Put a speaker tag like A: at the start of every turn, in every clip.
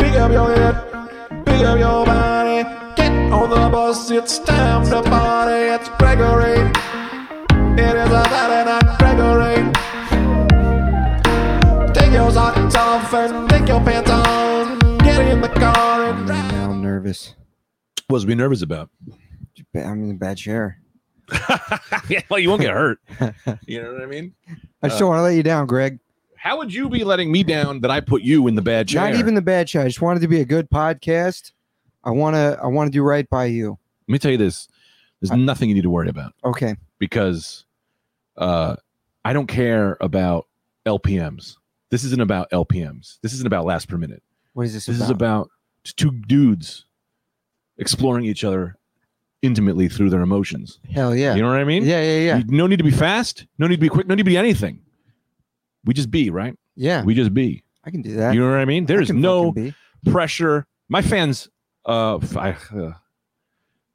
A: Pick up your head, pick up your body. Get on the bus, it's time to party. It's Gregory. It is a Saturday night, Gregory. Take your socks off and take your pants on. Get in the car and drive.
B: Now I'm nervous.
C: What's be nervous about?
B: Ba- I'm in a bad chair.
C: yeah, well, you won't get hurt. You know what I mean?
B: I
C: Uh,
B: just don't want to let you down, Greg.
C: How would you be letting me down that I put you in the bad chair?
B: Not even the bad chair. I just wanted to be a good podcast. I wanna I wanna do right by you.
C: Let me tell you this: there's
B: I-
C: nothing you need to worry about
B: Okay.
C: because uh, I don't care about LPMs. This isn't about LPMs. This isn't about last per minute.
B: What is this,
C: This
B: about?
C: is about just two dudes exploring each other intimately through their emotions.
B: Hell yeah.
C: You know what I mean?
B: yeah, yeah, yeah.
C: You- no need to be fast. No need to be quick. No need to be anything. We just be right.
B: yeah.
C: We just be.
B: I can do that.
C: You know what I mean? There
B: I
C: is
B: can
C: no
B: fucking be.
C: pressure. My fans, uh, f- I, uh,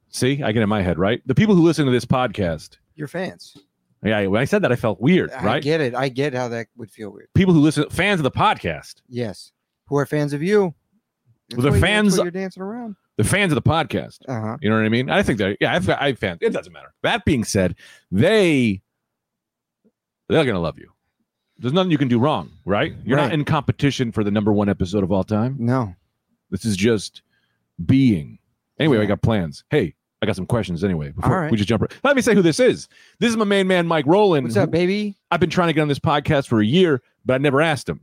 C: see, I get in my head, right? The people who listen to this podcast,
B: Your fans.
C: yeah, when I said that, I felt weird,
B: I
C: right?
B: get it. I get how that would feel weird.
C: people who listen, fans of the podcast,
B: Yes. Who are fans of you?
C: Well,
B: That's why you-
C: they're
B: that's
C: fans-
B: why You're dancing around.
C: the fans of the podcast.
B: Uh huh.
C: You know what I mean? I think they're, yeah, I've, I've fans. It doesn't matter. That being said, they, they're going to love you. There's nothing you can do wrong, right? You're not
B: Right.
C: in competition for the number one episode of all time.
B: No.
C: This is just being. Anyway, I
B: Yeah.
C: got plans. Hey, I got some questions anyway. Before
B: right.
C: we just jump. Right. Let me say who this is. This is my main man, Mike Rowland.
B: What's up,
C: who-
B: baby?
C: I've been trying to get on this podcast for a year, but I never asked him.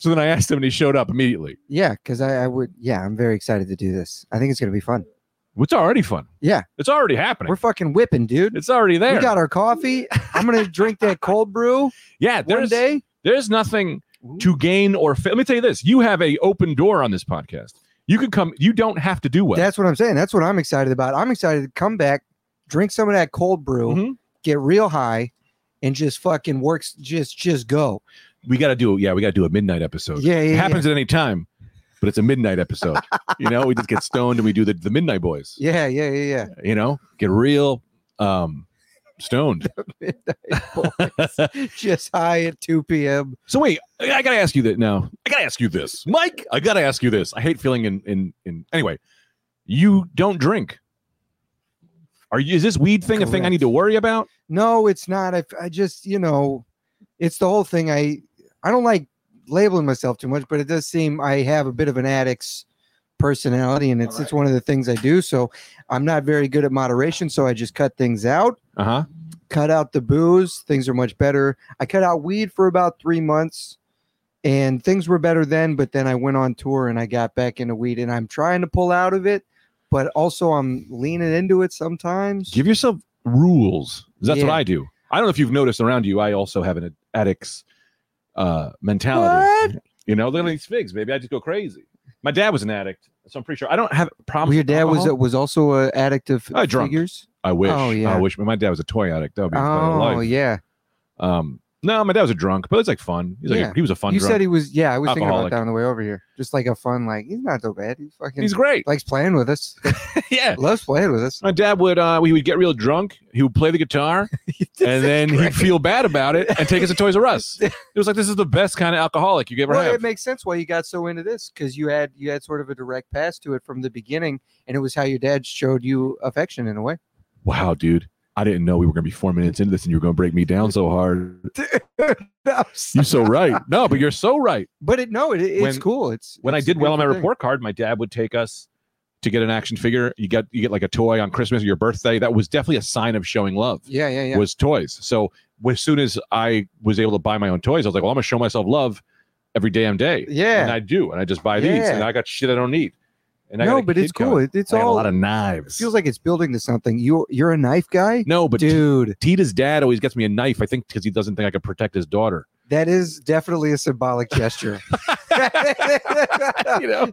C: so then I asked him, and he showed up immediately.
B: Yeah, because I, I would. Yeah, I'm very excited to do this. I think it's gonna be fun.
C: It's already fun.
B: Yeah.
C: it's already happening.
B: We're fucking whipping, dude.
C: it's already there.
B: We got our coffee. I'm gonna drink that cold brew
C: yeah,
B: one
C: there's
B: day.
C: there's nothing
B: Ooh.
C: to gain or fa- let me tell you this. You have a open door on this podcast. You can come. You don't have to do well.
B: That's what I'm saying. That's what I'm excited about. I'm excited to come back, drink some of that cold brew,
C: Mhm.
B: get real high, and just fucking works. Just just go.
C: We got to do. Yeah, we got to do a midnight episode.
B: Yeah, yeah,
C: it
B: yeah.
C: happens at any time, but it's a midnight episode. you know, we just get stoned and we do the, the midnight boys.
B: Yeah, yeah, yeah,
C: You know, get real um stoned.
B: yeah. just high at 2 p.m.
C: so wait, I I gotta ask you that now. I gotta ask you this, Mike. I gotta ask you this. I hate feeling in in in. Anyway, you don't drink. Are you? Is this weed thing a thing I need to worry about?
B: No, it's not. I, I just, you know, it's the whole thing. I I don't like labeling myself too much, but it does seem I have a bit of an addict's personality, and it's it's one of the things I do. So I'm not very good at moderation, so I just cut things out.
C: Uh huh.
B: Cut out the booze. Things are much better. I cut out weed for about three months, and things were better then. But then I went on tour, and I got back into weed, and I'm trying to pull out of it, but also I'm leaning into it sometimes.
C: give yourself rules. That's what
B: Yeah.
C: I do. I don't know if you've noticed around you. I also have an addict's uh, mentality.
B: What?
C: You know, look at these figs, baby. I just go crazy. My dad was an addict, so I'm pretty sure I don't have problems.
B: Well, your
C: with
B: dad was uh,
C: alcohol.
B: was also an addict of
C: Uh, drunk.
B: figures.
C: I wish.
B: oh, yeah.
C: I wish. My dad was a toy addict. That would be a better
B: Oh
C: life.
B: yeah,
C: Um, no, my dad was a drunk, but it's like fun. He's like
B: Yeah.
C: he was a fun.
B: you
C: drunk.
B: said he was. Yeah, I was thinking
C: Alcoholic.
B: about that on the way over here. Just like a fun, like he's not so bad. He fucking
C: he's great.
B: likes playing with us.
C: yeah.
B: loves playing with us.
C: My dad would uh he would get real drunk, he would play the guitar, and then he'd feel bad about it and take us to Toys R Us. It was like this is the best kind of alcoholic you could ever
B: Well,
C: have.
B: it makes sense why you got so into this because you had you had sort of a direct pass to it from the beginning, and it was how your dad showed you affection in a way.
C: wow, dude, I didn't know we were gonna be four minutes into this and you were gonna break me down so hard. You're so right. No, but you're so right.
B: But it no, it, it's
C: When-
B: cool. It's
C: When I
B: it's a
C: did well on my
B: beautiful thing.
C: report card, my dad would take us to get an action figure. You get you get like a toy on Christmas or your birthday. That was definitely a sign of showing love.
B: Yeah, yeah, yeah.
C: Was toys. So as soon as I was able to buy my own toys, I was like, well, I'm gonna show myself love every damn day. And
B: yeah.
C: I do, and I just buy these,
B: Yeah.
C: and I got shit I don't need. And I got
B: No,
C: a
B: but
C: kid
B: it's cool.
C: coming.
B: It, it's
C: I got
B: all
C: a lot of knives.
B: feels like it's building to something. You you're a knife guy,
C: no, but T-
B: dude.
C: Tita's dad always gets me a knife. I think because he doesn't think I could protect his daughter.
B: That is definitely a symbolic gesture.
C: You know,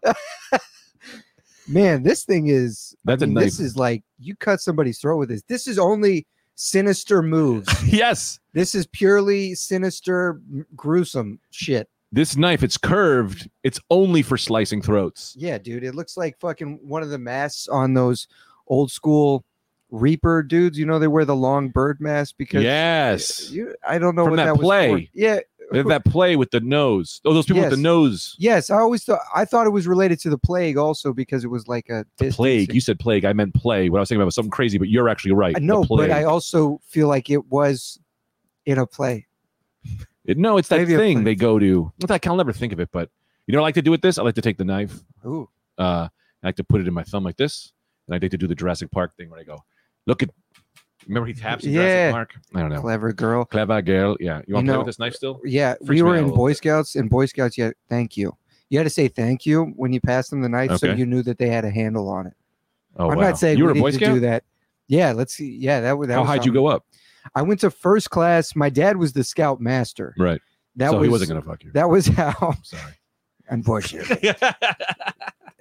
B: Man, this thing is
C: that's
B: I mean,
C: a knife.
B: this is like you cut somebody's throat with this. This is only sinister moves.
C: yes,
B: this is purely sinister, m- gruesome shit.
C: this knife. It's curved. It's only for slicing throats.
B: Yeah, dude. It looks like fucking one of the masks on those old school Reaper dudes. You know, they wear the long bird mask because
C: Yes,
B: you, I don't know
C: From
B: what
C: that
B: that was for.
C: play.
B: Yeah,
C: They have that play with the nose. Oh, those people with
B: Yes.
C: the nose.
B: Yes, I always thought I thought it was related to the plague also because it was like a distancing.
C: Plague. You said plague. I meant play. What I was thinking about was something crazy, but you're actually right.
B: I
C: The
B: know, but
C: plague.
B: I also feel like it was in a play.
C: It- no, it's that
B: Maybe a
C: thing
B: plant.
C: they go to. Not that I can never think of it, but you know what I like to do with this? I like to take the knife.
B: Ooh,
C: Uh, I like to put it in my thumb like this, and I like to do the Jurassic Park thing where I go, look at. Remember he taps in
B: Yeah.
C: Jurassic Park. I don't know.
B: clever girl.
C: Clever girl. Yeah, you want to play
B: know-
C: with this knife still?
B: Yeah,
C: Freaks me
B: we were
C: out a
B: in
C: little
B: Boy
C: bit.
B: Scouts, and Boy Scouts, yeah, thank you. You had to say thank you when you passed them the knife, so
C: Okay.
B: you knew that they had a handle on it.
C: Oh,
B: I'm
C: wow.
B: not saying we
C: you were a
B: need
C: Boy
B: to
C: Scout.
B: do that. Yeah, let's see. Yeah, that would. That
C: How
B: was
C: high would you
B: something.
C: go up?
B: I went to first class. My dad was the scout master.
C: Right.
B: That
C: so
B: was
C: he wasn't gonna fuck you.
B: that was how.
C: I'm sorry.
B: Unfortunately.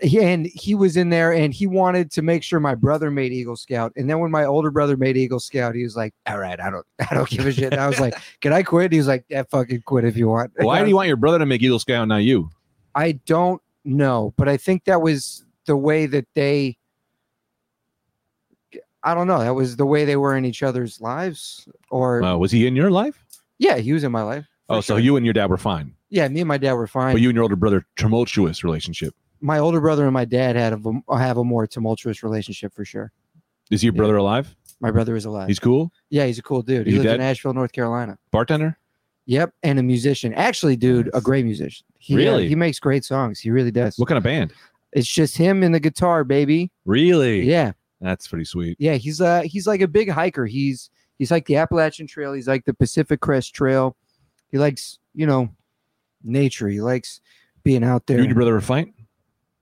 B: he, and he was in there and he wanted to make sure my brother made Eagle Scout. And then when my older brother made Eagle Scout, he was like, "All right, I don't, I don't give a shit." And I was like, "Can I quit?" He was like, "Yeah, fucking quit if you want." And
C: Why
B: I
C: do you want your brother to make Eagle Scout, and not you?
B: I don't know, but I think that was the way that they. I don't know. That was the way they were in each other's lives, or
C: Uh, was he in your life?
B: yeah, he was in my life. for
C: Oh, so
B: sure.
C: you and your dad were fine,
B: yeah, me and my dad were fine.
C: but you and your older brother tumultuous relationship.
B: my older brother and my dad had a have a more tumultuous relationship for sure.
C: Is your
B: Yeah.
C: brother alive?
B: My brother is alive.
C: He's cool.
B: yeah, he's a cool dude. He
C: Your
B: lives in
C: dad-
B: Asheville, North Carolina.
C: Bartender.
B: Yep, and a musician. Actually, dude, a
C: Nice.
B: great musician. He, uh,
C: Really?
B: he makes great songs. He really does.
C: What kind of band?
B: It's just him and the guitar, baby.
C: Really?
B: Yeah.
C: That's pretty sweet.
B: Yeah, he's uh he's like a big hiker. He's he's like the Appalachian Trail. He's like the Pacific Crest Trail. He likes you know nature. He likes being out
C: You
B: there.
C: and your brother were fight?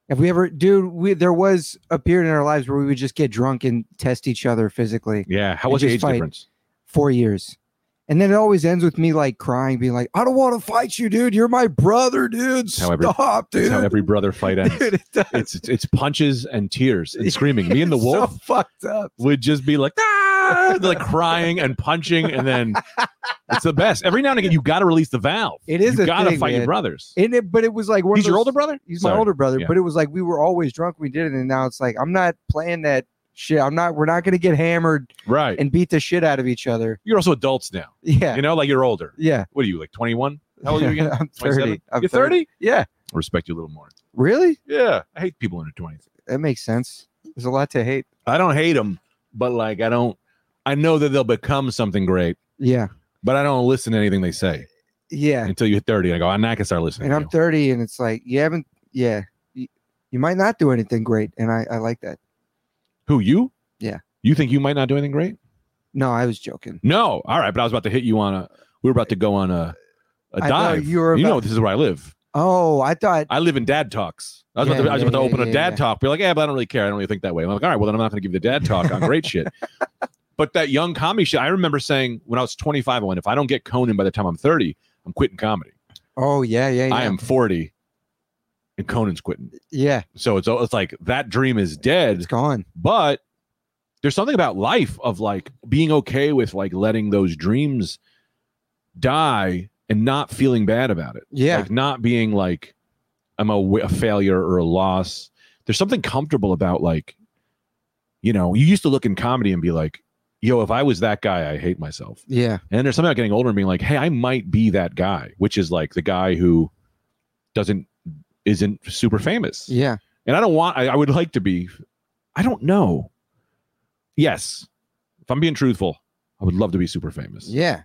B: Have we ever, dude? We there was a period in our lives where we would just get drunk and test each other physically.
C: Yeah. How
B: They
C: was the
B: just
C: age
B: fight.
C: difference?
B: Four years. And then it always ends with me like crying, being like, "I don't want to fight you, dude. You're my brother, dude.
C: how every-
B: Stop,
C: That's
B: dude."
C: how every brother fight ends.
B: dude, it does.
C: It's it's- it's punches and tears and screaming. Me and the
B: It's
C: wolf
B: so fucked up.
C: would just be like, ah! They're like crying and punching, and then it's the best. Every now and again, you got to release the valve.
B: It is
C: You
B: a
C: got to
B: thing,
C: fight your
B: man.
C: brothers.
B: And it, but it was like one.
C: He's
B: of
C: your
B: those-
C: older brother.
B: He's my
C: Sorry.
B: older brother,
C: Yeah.
B: but it was like we were always drunk. when We did it, and now it's like I'm not playing that shit. I'm not. We're not gonna get hammered
C: Right.
B: and beat the shit out of each other.
C: You're also adults now.
B: Yeah,
C: You know, like you're older.
B: yeah.
C: What are you like? 21? How old are you again?
B: I'm
C: 27?
B: thirty. I'm
C: You're 30?
B: Yeah.
C: I respect you a little more.
B: Really?
C: Yeah. I hate people in their 20s.
B: That makes sense. There's a lot to hate.
C: I don't hate them, but like I don't. I know that they'll become something great,
B: Yeah,
C: but I don't listen to anything they say
B: yeah.
C: until you hit 30. I go, I'm not gonna start listening.
B: And
C: to
B: I'm
C: you."
B: thirty, and it's like you haven't. Yeah, you, you might not do anything great, and I I like that.
C: Who you?
B: Yeah.
C: You think you might not do anything great?
B: No, I was joking.
C: No. All right, but I was about to hit you on a. We were about to go on a a
B: I thought
C: dive.
B: you were
C: you know,
B: about-
C: this is where I live.
B: Oh, I thought.
C: I live in dad talks. I was about
B: Yeah,
C: to, I was
B: yeah,
C: about to
B: yeah,
C: open a
B: yeah,
C: dad
B: yeah.
C: talk. Be like, yeah, but I don't really care. I don't really think that way. I'm like, all right, well then I'm not going to give you the dad talk on great shit. But that young comedy shit, I remember saying when I was 25, I went, if I don't get Conan by the time I'm 30, I'm quitting comedy.
B: Oh yeah, yeah, yeah.
C: I am 40, and Conan's quitting.
B: Yeah,
C: So it's it's like that dream is dead.
B: it's gone.
C: But there's something about life of like being okay with like letting those dreams die and not feeling bad about it.
B: Yeah.
C: Like not being like I'm a, w- a failure or a loss. There's something comfortable about like, you know, you used to look in comedy and be like, yo, if I was that guy, I hate myself.
B: yeah.
C: And there's something about getting older and being like, hey, I might be that guy, which is like the guy who doesn't isn't super famous
B: Yeah.
C: and I don't want. I, I would like to be. I don't know. Yes, if I'm being truthful, I would love to be super famous.
B: Yeah.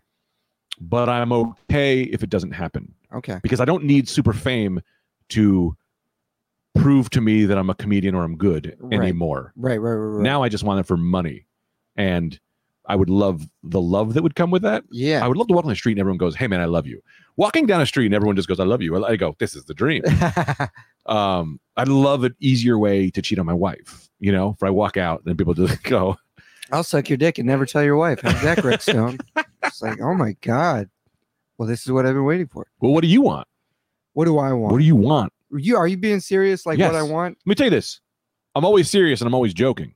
C: But I'm okay if it doesn't happen
B: Okay.
C: because I don't need super fame to prove to me that I'm a comedian or I'm good
B: Right.
C: anymore.
B: Right. Right. Right. right.
C: Now I just want it for money, and I would love the love that would come with that.
B: Yeah.
C: I would love to walk on the street and everyone goes, "Hey man, I love you." Walking down a street and everyone just goes, "I love you." I go, "This is the dream." um, I love an easier way to cheat on my wife. You know, if I walk out and people just go,
B: I'll suck your dick and never tell your wife. How's that, Greg Stone? it's like, oh my God. Well, this is what I've been waiting for.
C: "Well, what do you want?
B: What do I
C: What
B: want?
C: do you want?"
B: Are you are you being serious? Like what I
C: Yes.
B: want?
C: Let me tell you this: I'm always serious and I'm always joking.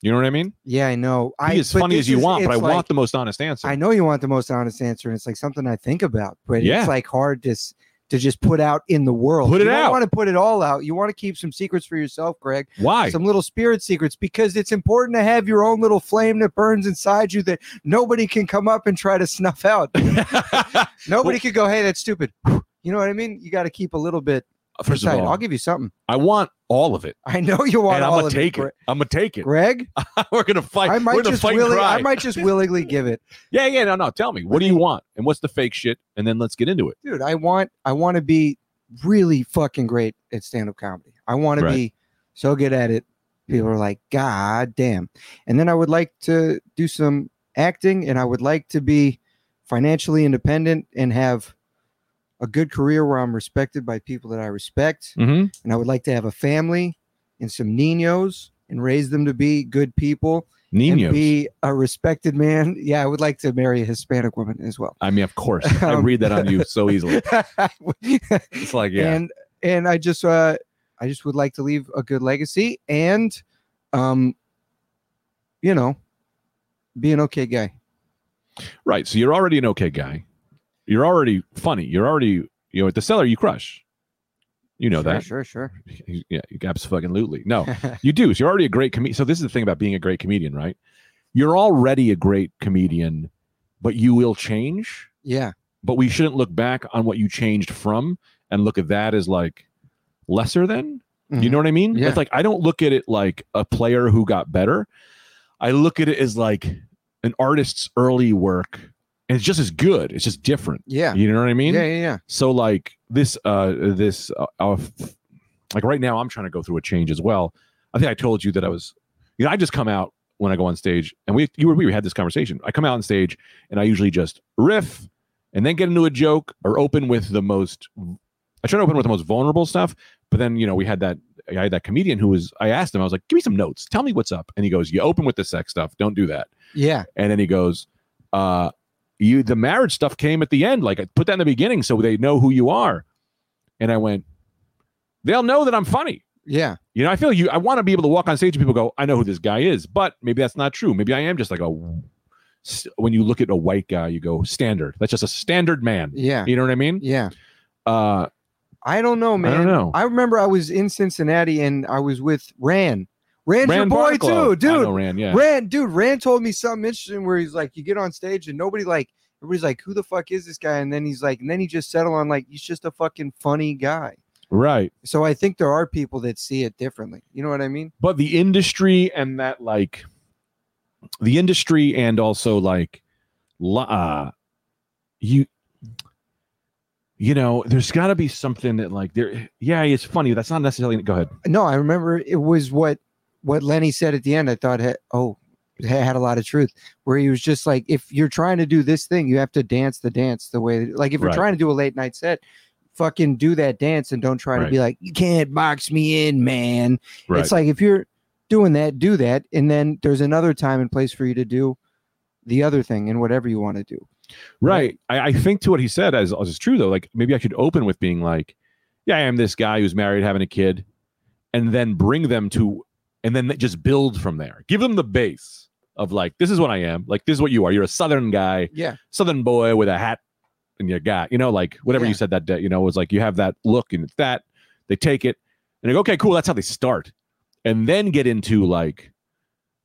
C: You know what I mean?
B: Yeah, I know.
C: Be
B: I
C: as funny as you want, but I want
B: the
C: the most honest answer.
B: I know you want the most honest answer, and it's like something I think about, but
C: Yeah.
B: it's like hard to s- to just put out in the world.
C: Put it
B: you
C: out.
B: don't want to put it all out. You want to keep some secrets for yourself, Greg.
C: Why?
B: Some little spirit secrets because it's important to have your own little flame that burns inside you that nobody can come up and try to snuff out. Nobody could go, hey, that's stupid. You know what I mean? You got to keep a little bit
C: First of
B: inside. I'll
C: all,
B: give you something.
C: I want all of it,
B: I know you want
C: and I'm
B: all
C: gonna
B: of
C: take
B: it,
C: it. I'm gonna take it.
B: Greg.
C: We're gonna fight.
B: I
C: We're
B: might
C: gonna
B: just
C: fight. and
B: willy,
C: cry.
B: I might just willingly give it,
C: Yeah, yeah. No, no. Tell me, what do you want, and what's the fake shit, and then let's get into it.
B: dude. I want, I want to be really fucking great at stand-up comedy. I want
C: Right.
B: to be so good at it. People are like, God damn. And then I would like to do some acting, and I would like to be financially independent and have a good career where I'm respected by people that I respect.
C: Mm-hmm.
B: and I would like to have a family and some ninos and raise them to be good people
C: Ninos.
B: and be a respected man. Yeah, I would like to marry a Hispanic woman as well.
C: I mean, of course, I
B: Um,
C: read that on you so easily. It's like, yeah,
B: And and I just uh I just would like to leave a good legacy and um you know be an okay guy.
C: right. So you're already an okay guy. You're already funny. You're already, you know, at the cellar you crush. You know
B: sure,
C: that. Oh.
B: Sure, sure.
C: Yeah, absolutely. No, you do. So you're already a great comedian. So this is the thing about being a great comedian, right? You're already a great comedian, but you will change.
B: yeah.
C: But we shouldn't look back on what you changed from and look at that as like lesser than. You
B: Mhm.
C: know what I mean?
B: Yeah.
C: It's like I don't look at it like a player who got better. I look at it as like an artist's early work, and it's just as good. It's just different.
B: Yeah.
C: You know what I mean?
B: yeah, yeah, yeah.
C: so like this uh this uh, uh, f- like right now i'm trying to go through a change as well i think i told you that i was you know i just come out when i go on stage and we you were we had this conversation i come out on stage and i usually just riff and then get into a joke or open with the most i try to open with the most vulnerable stuff but then you know we had that i had that comedian who was i asked him i was like give me some notes tell me what's up and he goes you open with the sex stuff don't do that
B: Yeah.
C: and then he goes, uh, you the marriage stuff came at the end. Like I put that in the beginning so they know who you are. And I went, They'll know that I'm funny.
B: Yeah.
C: You know, I feel you I want to be able to walk on stage and people go, I know who this guy is, but maybe that's not true. Maybe I am just like a s- when you look at a white guy, you go, standard. That's just a standard man.
B: Yeah.
C: You know what I mean?
B: Yeah.
C: Uh
B: I don't know, man.
C: know.
B: I remember I was in Cincinnati and I was with Ran. Ran's your
C: Rand
B: boy
C: Barclow.
B: too,
C: I know
B: dude.
C: Rand, yeah.
B: Rand, dude, Rand told me something interesting where he's like, you get on stage and nobody like everybody's like, who the fuck is this guy? And then he's like, and then he just settled on like he's just a fucking funny guy.
C: right.
B: So I think there are people that see it differently. You know what I mean?
C: but the industry and that like the industry and also like li- uh you you know there's got to be something that like there yeah it's funny that's not necessarily go ahead
B: No, I remember it was what what Lenny said at the end. I thought, had, oh, it had a lot of truth. Where he was just like, if you're trying to do this thing, you have to dance the dance the way. Like if
C: Right.
B: you're trying to do a late night set, fucking do that dance and don't try
C: Right.
B: to be like, you can't box me in, man. It's like if you're doing that, do that, and then there's another time and place for you to do the other thing and whatever you want to do.
C: right I, I think to what he said as is true though like maybe i should open with being like yeah i am this guy who's married having a kid and then bring them to and then just build from there give them the base of like this is what i am like this is what you are you're a southern guy
B: Yeah,
C: southern boy with a hat and your guy, you know, like whatever you
B: Yeah.
C: said that day, you know, it was like you have that look and it's that they take it and they go, okay, cool. That's how they start, and then get into like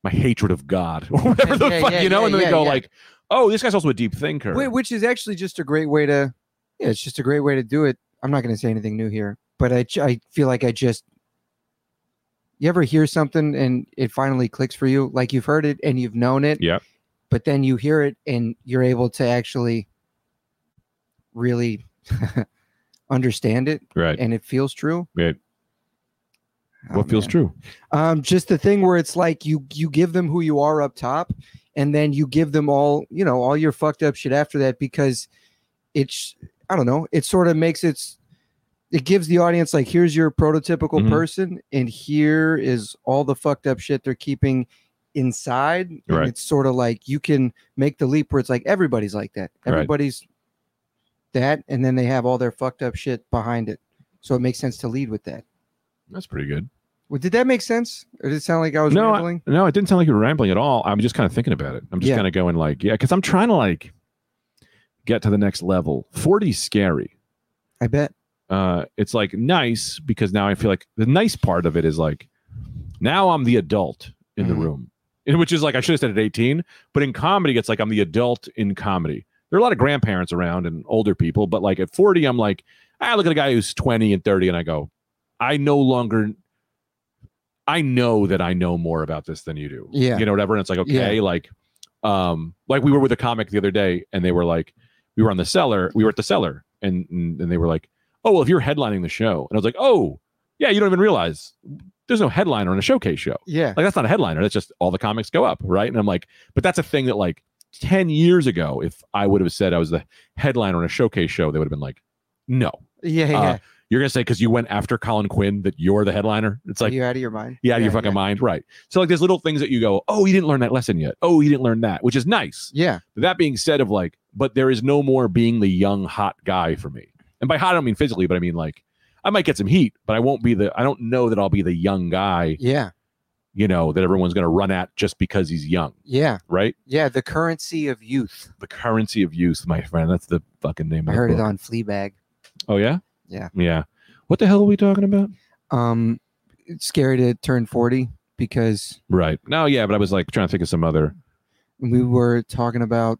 C: my hatred of God or whatever the
B: Yeah,
C: fuck,
B: yeah,
C: you know,
B: yeah,
C: and then
B: yeah,
C: they go
B: yeah.
C: like, oh, this guy's also a deep thinker.
B: Wh- which is actually just a great way to. Yeah, it's just a great way to do it. I'm not going to say anything new here, but I j- I feel like I just. You ever hear something and it finally clicks for you, like you've heard it and you've known it.
C: Yep.
B: But then you hear it and you're able to actually really understand it
C: right.
B: and it feels true.
C: Right.
B: Oh,
C: what feels
B: man.
C: true?
B: Um, just the thing where it's like you you give them who you are up top, and then you give them all you know all your fucked up shit after that because it's I don't know it sort of makes its it gives the audience like here's your prototypical
C: Mhm.
B: person and here is all the fucked up shit they're keeping inside and
C: Right.
B: it's sort of like you can make the leap where it's like everybody's like that
C: Right.
B: everybody's that and then they have all their fucked up shit behind it so it makes sense to lead with that
C: That's pretty good.
B: well, did that make sense? Or did it sound like I was
C: No, I,
B: rambling?
C: no, it didn't sound like you were rambling at all. I'm just kind of thinking about it. I'm just
B: Yeah.
C: kind of going like, yeah, because I'm trying to like get to the next level. 40 's scary.
B: I bet.
C: uh, it's like nice because now I feel like the nice part of it is like now I'm the adult in the
B: Mhm.
C: room, and which is like I should have said at 18, but in comedy, it's like I'm the adult in comedy. There are a lot of grandparents around and older people, but like at 40, I'm like, I look at a guy who's 20 and 30, and I go, I no longer, I know that I know more about this than you do.
B: Yeah.
C: You know, whatever. And it's like, okay, like, um, like we were with a comic the other day, and they were like, we were on the cellar, we were at the cellar, and and, and they were like, oh well if you're headlining the show and i was like oh yeah you don't even realize there's no headliner in a showcase show
B: Yeah.
C: like that's not a headliner that's just all the comics go up right and i'm like but that's a thing that like 10 years ago if i would have said i was the headliner in a showcase show they would have been like no
B: Yeah.
C: Uh,
B: Yeah.
C: you're gonna say because you went after colin quinn that you're the headliner it's like
B: Are you out of your mind?
C: yeah, out of your fucking mind right so like there's little things that you go oh you didn't learn that lesson yet oh you didn't learn that which is nice
B: Yeah.
C: that being said of like but there is no more being the young hot guy for me and by hot i don't mean physically but i mean like i might get some heat but i won't be the i don't know that i'll be the young guy
B: Yeah.
C: you know that everyone's going to run at just because he's young
B: Yeah.
C: right
B: Yeah. The currency of youth.
C: the currency of youth my friend that's the fucking name
B: I
C: of the
B: heard it
C: book.
B: on Fleabag.
C: oh yeah
B: Yeah.
C: yeah what the hell are we talking about
B: Um, it's scary to turn 40 because
C: right no yeah but i was like trying to think of some other
B: we were talking about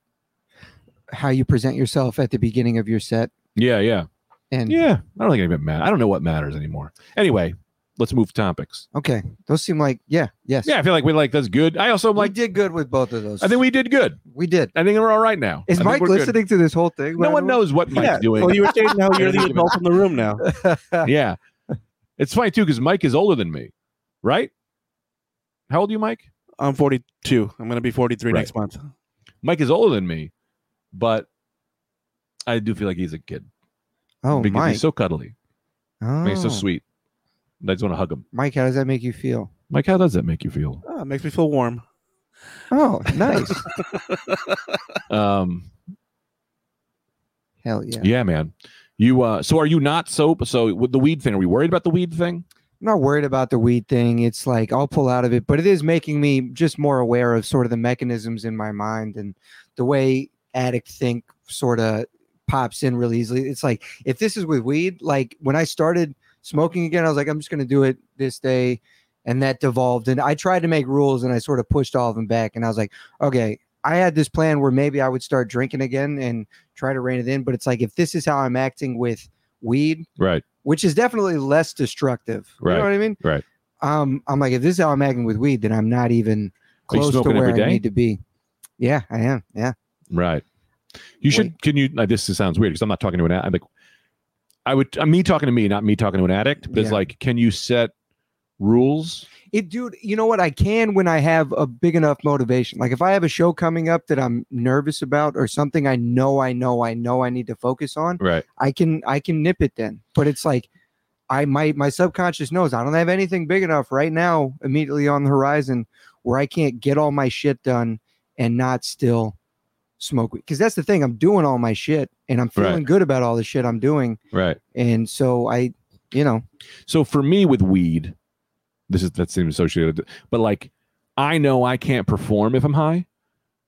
B: how you present yourself at the beginning of your set.
C: yeah yeah
B: And
C: yeah i don't think any of it matters i don't know what matters anymore anyway let's move topics
B: okay, those seem like, yeah, yes.
C: yeah i feel like we like that's good i also am
B: We
C: like
B: did good with both of those.
C: i think we did good
B: we did.
C: I think we're all right now. I
B: Is
C: think
B: Mike
C: we're good.
B: listening Oh, to this whole thing? by
C: No
B: the
C: one
B: way?
C: knows what Mike's doing.
D: Well, you were saying how you're the adult in the room now.
C: yeah. It's funny too because Mike is older than me, right? How old are you, Mike?
D: I'm 42. I'm going to be 43
C: Right.
D: next month.
C: Mike is older than me, but I do feel like he's a kid
B: Oh,
C: because
B: Mike.
C: he's so cuddly,
B: oh.
C: and he's so sweet. And I just want to hug him.
B: Mike, how does that make you feel?
C: Mike, how does that make you feel?
D: Oh, it makes me feel warm.
B: Oh, nice.
C: Um,
B: Hell yeah.
C: yeah. man. You uh, so are you not so so with the weed thing? Are we worried about the weed thing?
B: I'm not worried about the weed thing. It's like I'll pull out of it, but it is making me just more aware of sort of the mechanisms in my mind and the way addict think sort of pops in really easily. It's like if this is with weed, like when I started smoking again, I was like, I'm just going to do it this day. And that devolved. And I tried to make rules and I sort of pushed all of them back. And I was like, okay, I had this plan where maybe I would start drinking again and try to rein it in. But it's like, if this is how I'm acting with weed,
C: Right.
B: which is definitely less destructive. You
C: Right,
B: know what I mean?
C: right.
B: Um, I'm like, if this is how I'm acting with weed, then I'm not even
C: Are you
B: close to
C: smoking every
B: where I
C: day?
B: need to be. Yeah, I am. Yeah.
C: Right. You should. Can you? Like, this sounds weird because I'm not talking to an. ad- I'm like, I would. uh, me talking to me, not me talking to an addict. But it's
B: Yeah.
C: like, can you set rules?
B: It dude, you know what? I can when I have a big enough motivation. Like if I have a show coming up that I'm nervous about or something I know I know I know I need to focus on,
C: Right.
B: I can I can nip it then. But it's like I my my subconscious knows I don't have anything big enough right now immediately on the horizon where I can't get all my shit done and not still smoke weed. Because that's the thing, I'm doing all my shit and I'm feeling
C: Right.
B: good about all the shit I'm doing.
C: Right.
B: And so I, you know,
C: So for me, with weed, this is that seems associated. But like, I know I can't perform if I'm high,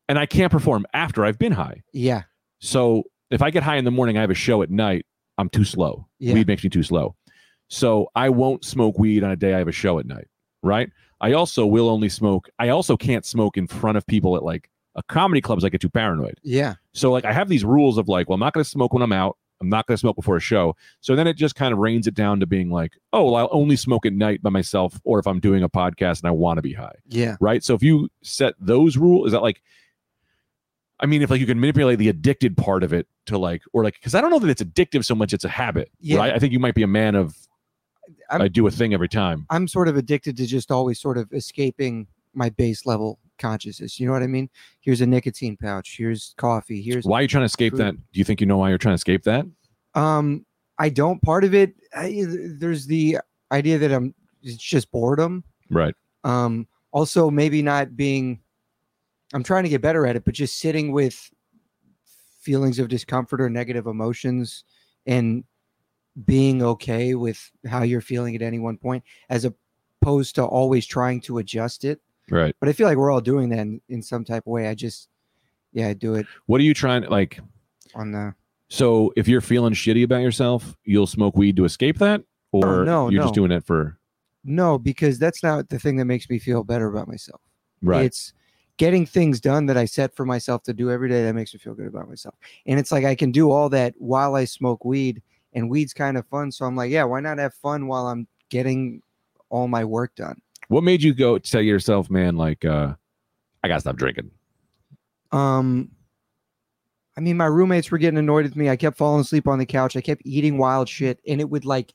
C: and I can't perform after I've been high.
B: yeah,
C: So if I get high in the morning, I have a show at night. I'm too slow.
B: Yeah.
C: Weed makes me too slow. So I won't smoke weed on a day I have a show at night. Right. I also will only smoke. I also can't smoke in front of people at like a comedy clubs. I get too paranoid.
B: yeah,
C: So like I have these rules of like, well, I'm not going to smoke when I'm out. I'm not going to smoke before a show. So then it just kind of reins it down to being like, oh, well, I'll only smoke at night by myself or if I'm doing a podcast and I want to be high
B: yeah.
C: right? So if you set those rules, is that like, I mean, if like you can manipulate the addicted part of it to like, or like, because I don't know that it's addictive so much; it's a habit.
B: Yeah.
C: right? I think you might be a man of
B: I'm-
C: i do a thing every time.
B: I'm sort of addicted to just always sort of escaping my base level consciousness. You know what I mean? Here's a nicotine pouch. Here's coffee. Here's
C: Why are you trying to escape
B: True.
C: that? Do you think you know why you're trying to escape that?
B: Um, I don't. Part of it, I, eh, there's the idea that I'm it's just boredom.
C: Right.
B: Um, also maybe not being. I'm trying to get better at it, but just sitting with feelings of discomfort or negative emotions and being okay with how you're feeling at any one point, as opposed to always trying to adjust it.
C: Right.
B: But I feel like we're all doing that in, in some type of way. I just, yeah, I do it
C: What are you trying like?
B: on the
C: So if you're feeling shitty about yourself, you'll smoke weed to escape that, or
B: Oh, no,
C: you're just
B: no.
C: doing it for
B: No, because that's not the thing that makes me feel better about myself.
C: right.
B: It's getting things done that I set for myself to do every day that makes me feel good about myself. And it's like I can do all that while I smoke weed, and weed's kind of fun. So I'm like, yeah, why not have fun while I'm getting all my work done?
C: what made you go tell yourself, man, like uh, I gotta stop drinking?
B: Um, I mean, my roommates were getting annoyed with me. I kept falling asleep on the couch. I kept eating wild shit, and it would like,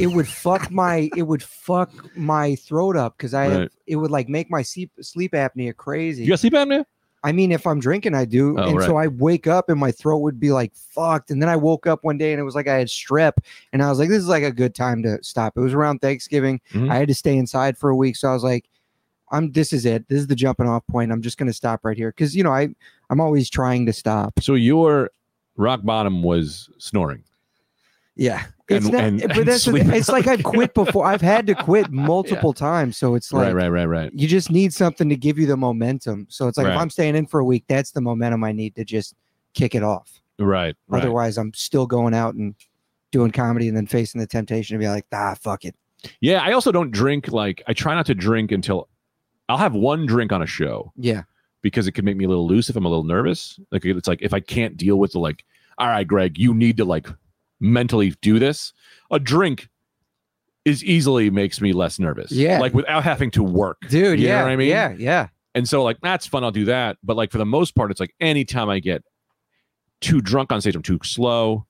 B: it would fuck my it would fuck my throat up because I
C: Right.
B: it would like make my sleep sleep apnea crazy.
C: You got sleep apnea?
B: I mean, if I'm drinking, I do,
C: Oh,
B: and so I wake up and my throat would be like fucked. And then I woke up one day and it was like I had strep, and I was like, this is like a good time to stop. It was around Thanksgiving.
C: Mhm.
B: I had to stay inside for a week, so I was like, I'm this is it. This is the jumping off point. I'm just gonna stop right here because you know I I'm always trying to stop.
C: So your rock bottom was snoring.
B: Yeah,
C: And-
B: it's not,
C: and-
B: but
C: and
B: that's the
C: sleeping
B: thing. it's like I've quit before. I've had to quit multiple times, so it's like.
C: right, right, right, right.
B: You just need something to give you the momentum. So it's like if
C: Right.
B: I'm staying in for a week, that's the momentum I need to just kick it off.
C: Right. Right.
B: Otherwise, I'm still going out and doing comedy and then facing the temptation to be like, ah, fuck it.
C: Yeah, I also don't drink like I try not to drink until I'll have one drink on a show
B: Yeah.
C: because it could make me a little loose if I'm a little nervous. Like it's like if I can't deal with the like, all right, Greg, you need to like mentally do this. A drink is easily makes me less nervous.
B: Yeah.
C: Like without having to work.
B: Dude,
C: You know
B: yeah.
C: what I mean?
B: Yeah. Yeah.
C: And so like that's fun, I'll do that. But like for the most part, it's like anytime I get too drunk on stage, I'm too slow.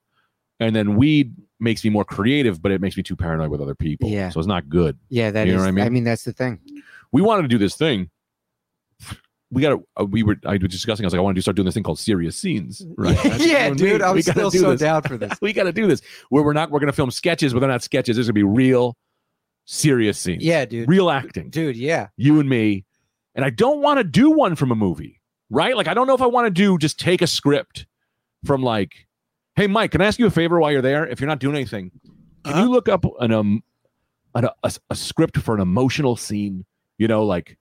C: And then weed makes me more creative, but it makes me too paranoid with other people.
B: Yeah.
C: So it's not good.
B: Yeah. That is.
C: You know what
B: I
C: I mean?
B: mean? that's the thing.
C: we wanted to do this thing. We got to, we were, I was discussing, I was like, I want to do, start doing this thing called serious scenes. Right. That's
B: yeah,
C: what
B: dude.
C: we-
B: I'm
C: we gotta
B: still
C: do
B: so
C: this.
B: down for this.
C: We got to do this where we're not, we're going to film sketches, but they're not sketches. There's going to be real, serious scenes.
B: Yeah, dude.
C: Real acting.
B: Dude, yeah.
C: You and me. And I don't want to do one from a movie, right? Like, I don't know if I want to do just take a script from like, hey, Mike, can I ask you a favor while you're there? If you're not doing anything, can
D: Huh?
C: you look up an um an, a, a script for an emotional scene you know like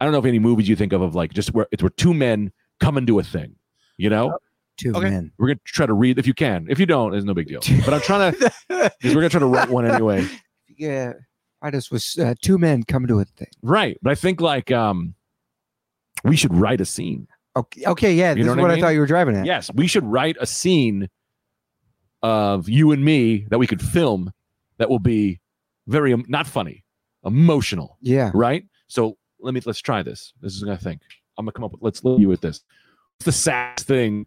C: i don't know if any movies you think of of like just where it's where two men come into a thing you know
B: Two
D: Okay.
B: men.
C: we're gonna try to read if you can if you don't it's no big deal but i'm trying to 'cause we're gonna try to write one anyway
B: Yeah. I just was uh, two men come to a thing.
C: right but i think like um we should write a scene
B: Okay. Okay. Yeah.
C: You
B: this
C: know
B: is
C: what I
B: what I,
C: mean?
B: thought you were driving at.
C: yes we should write a scene of you and me that we could film that will be very um, not funny emotional
B: Yeah.
C: right? So let me let's try this. This is what I think. I'm gonna come up with. Let's leave you with this. What's the saddest thing?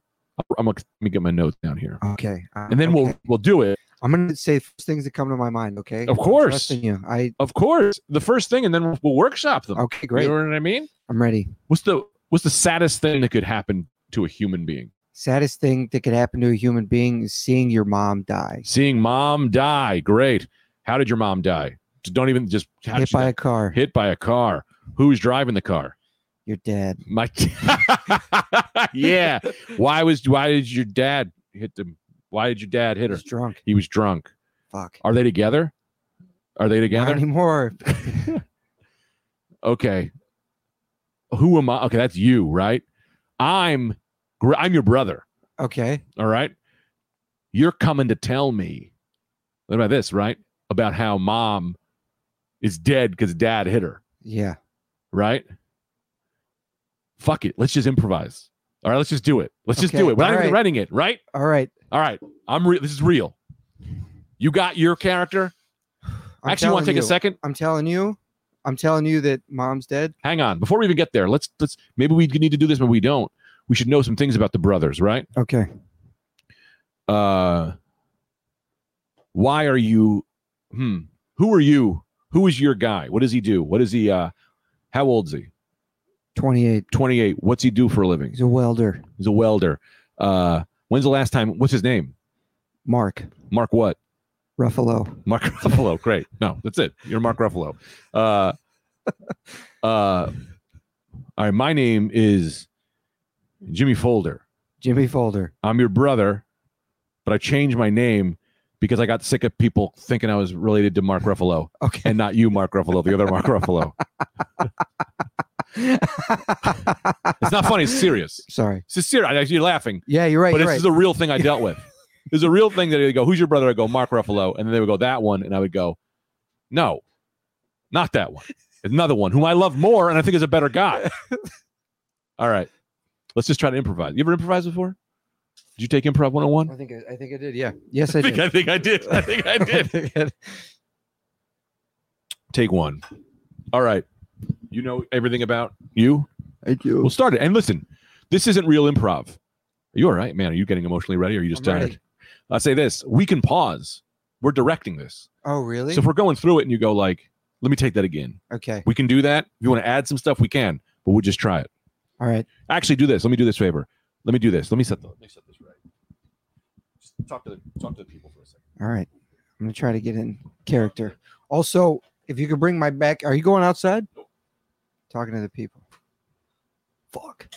C: I'm gonna let me get my notes down here,
B: Okay. Uh,
C: and then
B: okay.
C: we'll we'll do it.
B: I'm going to say first things that come to my mind. Okay.
C: Of course.
B: Trusting you. I.
C: Of course, the first thing, and then we'll, we'll workshop them.
B: Okay. Oh, Great.
C: You know what I mean?
B: I'm ready.
C: What's the what's the saddest thing that could happen to a human being?
B: Saddest thing that could happen to a human being is seeing your mom die.
C: Seeing mom die. Great. How did your mom die? Just Don't even just how did
B: hit
C: she
B: by
C: die?
B: a car.
C: hit by a car. Who's driving the car?
B: You're dead.
C: My yeah. Why was why did your dad hit them? Why did your dad hit her?
B: He's drunk.
C: He was drunk.
B: Fuck.
C: Are they together? Are they
B: Not
C: together?
B: anymore.
C: Okay. Who am I? Okay, that's you, right? I'm gr- I'm your brother.
B: Okay.
C: All right. You're coming to tell me. What about this, right? About how mom is dead because dad hit her.
B: Yeah.
C: right? Fuck it. Let's just improvise. All right, let's just do it. Let's just do
B: Okay,
C: it. We're not
B: all
C: even
B: right.
C: writing it, right?
B: All right.
C: All right. I'm real. This is real. You got your character.
B: I'm
C: Actually, you
B: telling
C: want to take a second?
B: I'm telling you. I'm telling you that mom's dead.
C: Hang on. Before we even get there, let's let's maybe we need to do this, but we don't. We should know some things about the brothers, right?
B: Okay.
C: Uh why are you hmm. Who are you? Who is your guy? What does he do? What is he uh how old is he?
B: 28.
C: 28. What's he do for a living?
B: He's a welder.
C: He's a welder. Uh when's the last time what's his name?
B: Mark
C: Mark what?
B: Ruffalo.
C: Mark Ruffalo. Great. No, that's it. You're Mark Ruffalo. Uh, uh, all right. My name is Jimmy Folder.
B: Jimmy Folder.
C: I'm your brother, but I changed my name because I got sick of people thinking I was related to Mark Ruffalo
B: Okay.
C: and not you, Mark Ruffalo, the other Mark Ruffalo. It's not funny. It's serious.
B: Sorry.
C: It's just serious. I- You're laughing,
B: Yeah, you're right.
C: but
B: You're
C: this
B: right.
C: is a real thing I dealt with. There's a real thing that they go, "Who's your brother?" I go, "Mark Ruffalo," and then they would go, "That one," and I would go, "No, not that one. Another one whom I love more and I think is a better guy." All right, let's just try to improvise. You ever improvised before? Did you take improv 101?
B: I think I, I think I did. Yeah. Yes, I
C: think
B: did.
C: I think I did. I think I did.
B: did.
C: Take one. All right. You know everything about you? I do. We'll start it. And listen, this isn't real improv. Are you all right, man? Are you getting emotionally ready or are you just
B: I'm
C: tired?
B: ready.
C: I'll say this we can pause. We're directing this.
B: oh, really?
C: So if we're going through it and you go, like, let me take that again,
B: okay.
C: we can do that. If you want to add some stuff, we can, but we'll just try it.
B: All right.
C: Actually, do this. Let me do this favor. Let me do this. Let me set, the, let me set this right. Just talk to, the, talk to the people for a second.
B: All right. I'm gonna try to get in character. Also, if you could bring my back, are you going outside? Talking to the people. Fuck.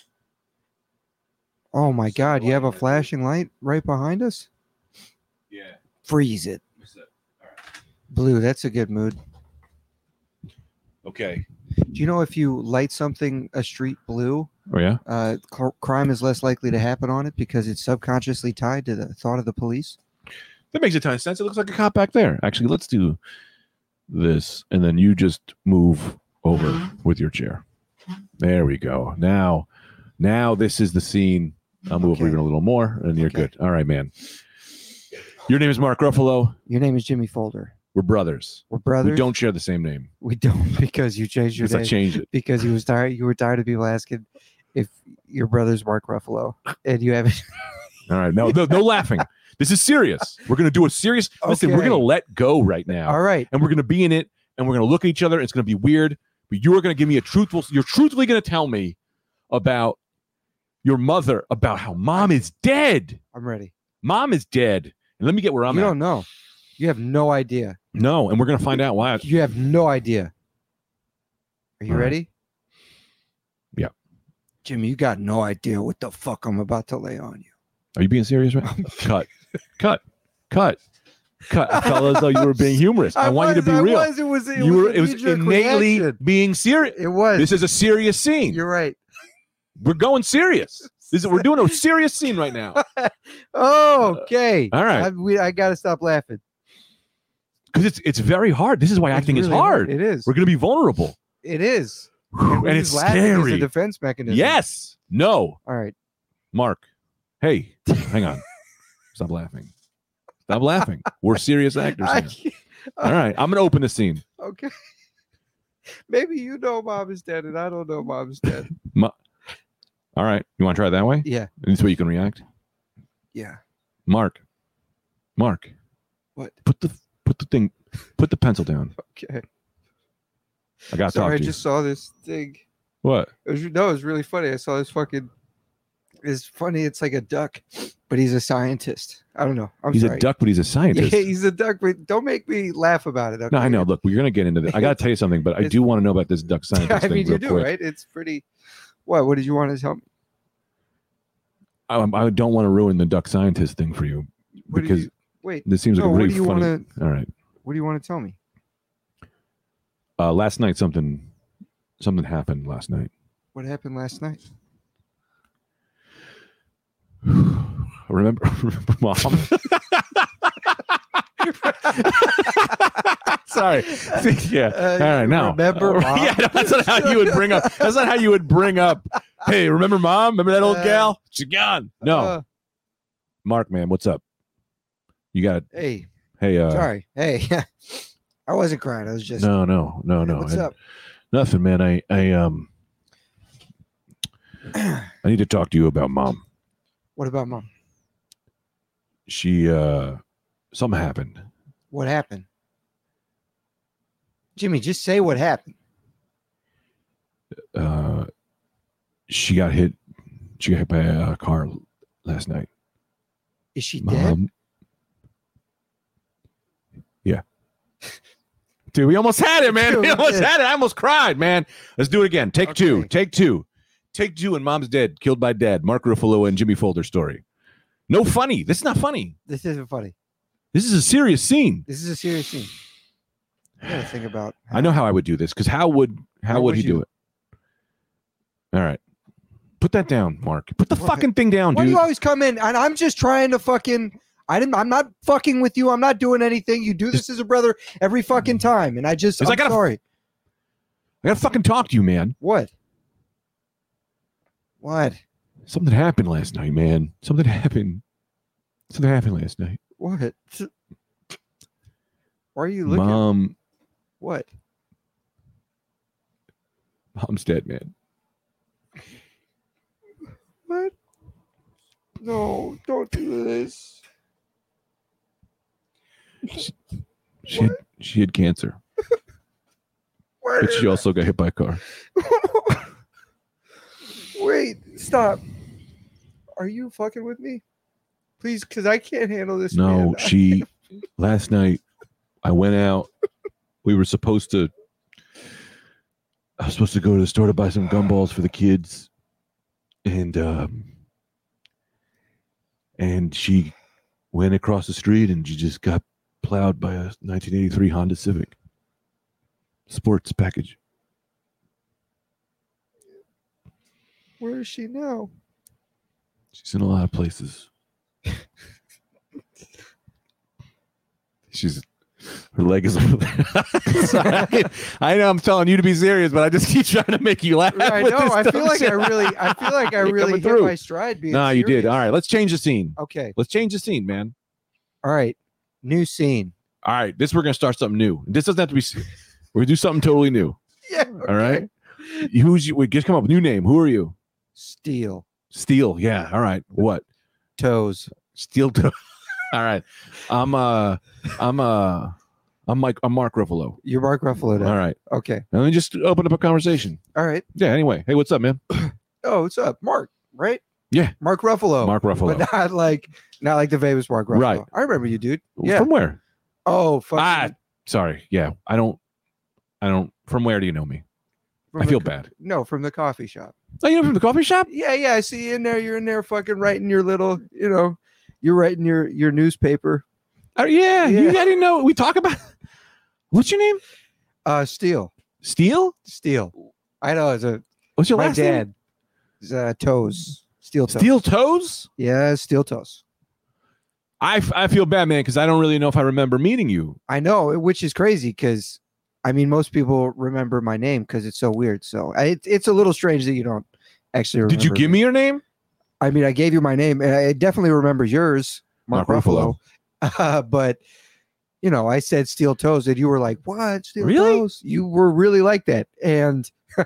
B: Oh my god, you have a flashing light right behind us?
C: Yeah.
B: Freeze it. Blue, that's a good mood.
C: Okay.
B: Do you know if you light something a street blue,
C: Oh, yeah?
B: uh, cr- crime is less likely to happen on it because it's subconsciously tied to the thought of the police?
C: That makes a ton of sense. It looks like a cop back there. Actually, let's do this, and then you just move
B: Uh-huh.
C: over with your chair. There we go. Now, now this is the scene. I'll move
B: Okay.
C: over even a little more, and you're
B: Okay.
C: good. All right, man. Your name is Mark Ruffalo.
B: Your name is Jimmy Folder.
C: We're brothers.
B: We're brothers.
C: We don't share the same name
B: We don't because you changed your
C: because I
B: name.
C: changed it.
B: because he was tired. You were tired of people asking if your brother's Mark Ruffalo, and you haven't.
C: All right. No, no, no laughing. This is serious. We're gonna do a serious. Listen, we're
B: Okay.
C: gonna let go right now.
B: All right,
C: and we're gonna be in it and we're gonna look at each other. It's gonna be weird, but you are gonna give me a truthful. You're truthfully gonna tell me about your mother, about how mom is dead.
B: I'm ready.
C: Mom is dead. And let me get where I'm
B: you
C: at.
B: don't know. You have no idea.
C: No, and we're gonna find out why.
B: You have no idea. Are you
C: All right.
B: ready?
C: Yeah.
B: Jimmy, you got no idea what the fuck I'm about to lay on you.
C: Are you being serious right now? Cut, cut, cut, cut. I felt as though you were being humorous. I, want you to
B: was-
C: be
B: I
C: real.
B: was, it was, it
C: you
B: was
C: were.
B: a
C: It was
B: knee-jerk
C: innately
B: reaction.
C: being serious.
B: It was.
C: This is a serious scene.
B: You're right.
C: we're going serious. This is, we're doing a serious scene right now.
B: Oh, okay.
C: Uh, all right.
B: I, we, I gotta stop laughing.
C: because it's it's very hard. This is why
B: It's
C: acting is
B: really
C: hard.
B: It is.
C: We're going to be vulnerable,
B: It is.
C: Whew,
B: we
C: and it's
B: use laughing as
C: scary.
B: a defense mechanism.
C: Yes, no,
B: All right.
C: Mark. Hey, hang on. Stop laughing. Stop laughing. We're serious actors.
B: I
C: Here.
B: can't-
C: All right, I'm going to open the scene.
B: Okay. Maybe you know mom is dead and I don't know mom's dead.
C: All right, you want to try it that way?
B: Yeah.
C: This way you can react,
B: Yeah.
C: Mark. Mark,
B: What?
C: put the put the thing, put the pencil down.
B: Okay.
C: I got to talk
B: Sorry,
C: to
B: I
C: you.
B: just saw this thing.
C: What?
B: It was, no, it was really funny. I saw this fucking. It's funny. It's like a duck, but he's a scientist. I don't know. I'm
C: he's
B: sorry.
C: a duck, but he's a scientist.
B: Yeah, he's a duck. But don't make me laugh about it. Okay?
C: no, I know. Look, we're going to get into this. I got to tell you something, but I
B: It's-
C: do want to know about this duck scientist
B: I
C: thing
B: mean,
C: real
B: you do,
C: quick.
B: right? It's pretty. What? What did you want to tell me?
C: I, I don't want to ruin the duck scientist thing for you
B: What did
C: because
B: you, wait.
C: this seems like
B: No, Oh,
C: a
B: what
C: really
B: do you
C: funny.
B: want to?
C: All right.
B: What do you want to tell me?
C: Uh, last night, something something happened last night
B: What happened last night?
C: remember, remember mom sorry yeah all right now
B: Uh, Remember
C: Uh,
B: mom?
C: yeah no, that's not how you would bring up that's not how you would bring up hey remember mom remember that old
B: Uh,
C: gal she gone no
B: Uh,
C: mark man what's up you got
B: hey,
C: hey uh
B: sorry. Hey, I wasn't crying. I was just.
C: no no no no
B: What's
C: I-
B: up?
C: nothing man i i um i need to talk to you about mom
B: What about mom?
C: she uh something happened
B: What happened? Jimmy, just say what happened.
C: uh she got hit she got hit by a car l- last night
B: Is she dead?
C: yeah dude we almost had it man
B: Dude,
C: we
B: we
C: almost
B: did.
C: had it i almost cried man let's do it again take two
B: Okay.
C: take two take two and mom's dead killed by dad mark ruffalo and jimmy folder story no funny this is not funny
B: This isn't funny.
C: this is a serious scene
B: This is a serious scene. I gotta think about.
C: I know how I would do this because how would how,
B: How
C: would
B: would
C: he do
B: you-
C: it? All right, Put that down, Mark. Put the
B: What?
C: fucking thing down,
B: Why do
C: dude.
B: you always come in? And I'm just trying to fucking. I didn't. I'm not fucking with you. I'm not doing anything. You do this as a brother every fucking time, and I just. I'm
C: Because Mm. I gotta-
B: sorry.
C: I gotta fucking talk to you, man.
B: What? What?
C: Something happened last night, man. Something happened. Something happened last night.
B: What? Why are you looking?
C: Mom,
B: What?
C: mom's dead, man.
B: What? No! Don't do this.
C: She had, she had cancer,
B: What?
C: but she also got hit by a car.
B: Wait! Stop! Are you fucking with me? Please, because I can't handle this.
C: No,
B: man. I-
C: she. Last night, I went out. We were supposed to. I was supposed to go to the store to buy some gumballs for the kids, and um, and she went across the street and she just got plowed by a 1983 Honda Civic sports package.
B: Where is she now?
C: She's in a lot of places. She's her leg is over there. Sorry, I, I know I'm telling you to be serious, but I just keep trying to make you laugh.
B: I
C: with
B: know.
C: this
B: I feel
C: dumb
B: like I
C: shit.
B: really, I feel like I
C: You're
B: really
C: coming
B: hit
C: through.
B: my stride. Being
C: Nah, you did.
B: serious.
C: All right, let's change the scene.
B: Okay.
C: Let's change the scene, man.
B: All right. New scene.
C: All right, this we're gonna start something new. This doesn't have to be. se- We're gonna do something totally new.
B: Yeah.
C: All right. Who's you? We just come up with a new name. Who are you?
B: Steel
C: Steel. Yeah. All right. What?
B: toes.
C: Steel. Toe. All right. I'm uh. I'm uh. I'm Mike. I'm Mark Ruffalo.
B: You're Mark Ruffalo. Now.
C: All right.
B: Okay.
C: And then just open up a conversation.
B: All right.
C: Yeah. Anyway, hey, what's up, man?
B: Oh, what's up, Mark? Right?
C: Yeah.
B: Mark Ruffalo.
C: Mark Ruffalo.
B: But not like, not like the famous Mark Ruffalo.
C: Right.
B: I remember you, dude. Yeah.
C: From where?
B: Oh, fuck.
C: Ah, sorry. Yeah. I don't. I don't. From where do you know me? I feel bad.
B: No, from the coffee shop.
C: Oh, you know from the coffee shop?
B: Yeah, yeah. I see you in there. You're in there, fucking writing your little, you know, you're writing your your newspaper.
C: Oh, yeah. You, I
B: Yeah.
C: didn't know. We talk about. What's your name?
B: Uh, Steel.
C: Steel.
B: Steel. I know. It's a
C: What's your
B: my
C: last name?
B: dad. Is, uh, toes. Steel toes.
C: Steel Toes.
B: Yeah, steel toes.
C: I, f- I feel bad, man, because I don't really know if I remember meeting you.
B: I know, which is crazy because I mean most people remember my name because it's so weird. So I, it, it's a little strange that you don't actually. Remember
C: Did you give me your name?
B: I mean, I gave you my name, and I definitely remember yours, Mark,
C: Mark
B: Ruffalo.
C: Ruffalo.
B: Uh, but you know, I said steel toes, and you were like, "What? Steel
C: Really?
B: toes?" You were really like that, and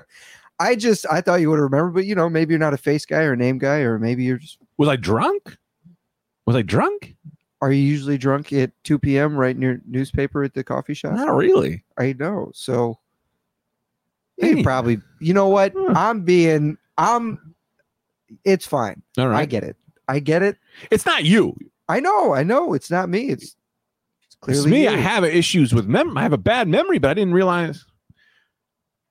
B: I just I thought you would remember, but you know, maybe you're not a face guy or a name guy, or maybe you're just.
C: Was I drunk? Was I drunk?
B: Are you usually drunk at 2 p.m. writing your newspaper at the coffee shop?
C: Not really.
B: I know. So you
C: Dang.
B: probably, you know what?
C: Huh.
B: I'm being, I'm, it's fine.
C: All
B: I
C: right.
B: get it. I get it.
C: it's not you.
B: I know. I know. It's not me. It's, it's clearly
C: it's me. I
B: you.
C: have issues with mem. I have a bad memory, but I didn't realize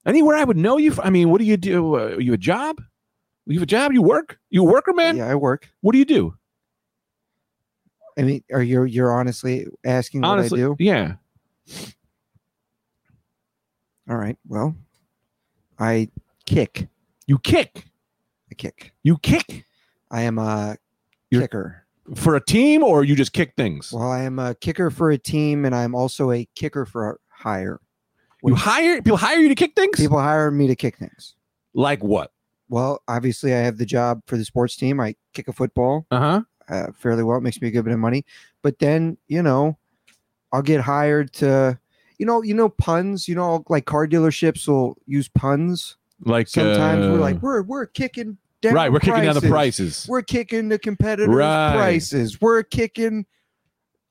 C: anywhere I would know you. From, I mean, what do you do? Uh, you a job? You have a job? You work? You a worker, man?
B: Yeah, I work.
C: What do you do?
B: I mean, are you, you're honestly asking
C: Honestly,
B: what I do?
C: yeah.
B: All right. Well, I kick.
C: You kick.
B: I kick.
C: You kick
B: I am a
C: You're-
B: kicker.
C: for a team, or you just kick things.
B: Well, I am a kicker for a team, and I'm also a kicker for hire.
C: you hire people. Hire you to kick things.
B: People hire me to kick things.
C: like what?
B: Well, obviously, I have the job for the sports team. I kick a football
C: Uh huh.
B: uh, fairly well. It makes me a good bit of money. But then, you know, I'll get hired to, you know, you know, puns. You know, like car dealerships will use puns.
C: Like
B: Sometimes
C: uh,
B: we're like, we're we're kicking down
C: right. We're kicking down the
B: prices.
C: prices.
B: We're kicking the competitors'
C: Right.
B: prices. We're kicking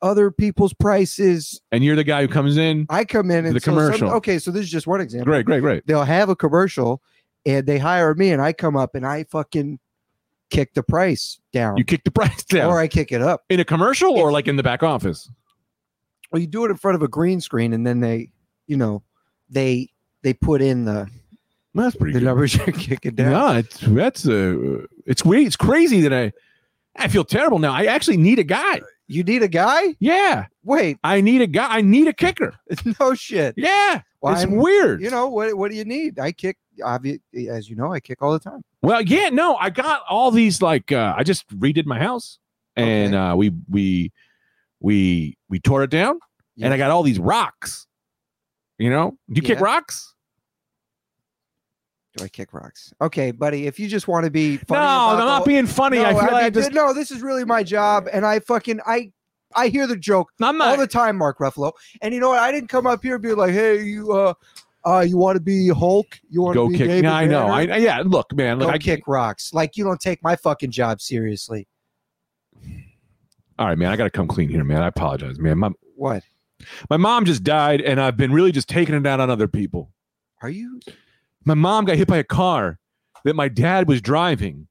B: other people's prices.
C: and you're the guy who comes in.
B: I come in
C: The
B: and so some-
C: commercial.
B: okay, so this is just one example
C: Great, great, great.
B: they'll have a commercial and they hire me and I come up and I fucking kick the price down
C: You kick the price down
B: or I kick it up.
C: in a commercial, or like in the back office.
B: Well, you do it in front of a green screen and then they, you know, they they put in the
C: That's pretty.
B: the
C: good.
B: numbers you kick it down.
C: No, it's, that's uh, it's way it's crazy that I I feel terrible now. I actually need a guy.
B: You need a guy?
C: Yeah,
B: Wait,
C: I need a guy. I need a kicker.
B: no shit.
C: Yeah,
B: Well,
C: it's
B: I'm-
C: weird.
B: you know what what do you need? I kick obvious, as you know, I kick all the time.
C: Well, yeah, no, I got all these like uh, I just redid my house and uh, we we we we tore it down and I got all these rocks. You know, do you kick
B: Yeah.
C: rocks?
B: Do I kick rocks? Okay, buddy. If you just want to be funny,
C: no,
B: about
C: I'm
B: the
C: not
B: whole-
C: being funny.
B: No,
C: I feel like I
B: mean,
C: just
B: no. This is really my job, and I fucking I I hear the joke
C: I'm
B: all
C: not.
B: the time, Mark Ruffalo. And you know what? I didn't come up here and be like, hey, you uh, uh you want to be Hulk? You want
C: Go
B: to be
C: kick.
B: David
C: Yeah, I know. I
B: Banner?
C: I- yeah. Look, man. Look,
B: Go
C: I
B: kick rocks. Like you don't take my fucking job seriously.
C: All right, man. I got to come clean here, man. I apologize, man. My
B: What
C: my mom just died, and I've been really just taking it out on other people.
B: are you?
C: My mom got hit by a car that my dad was driving,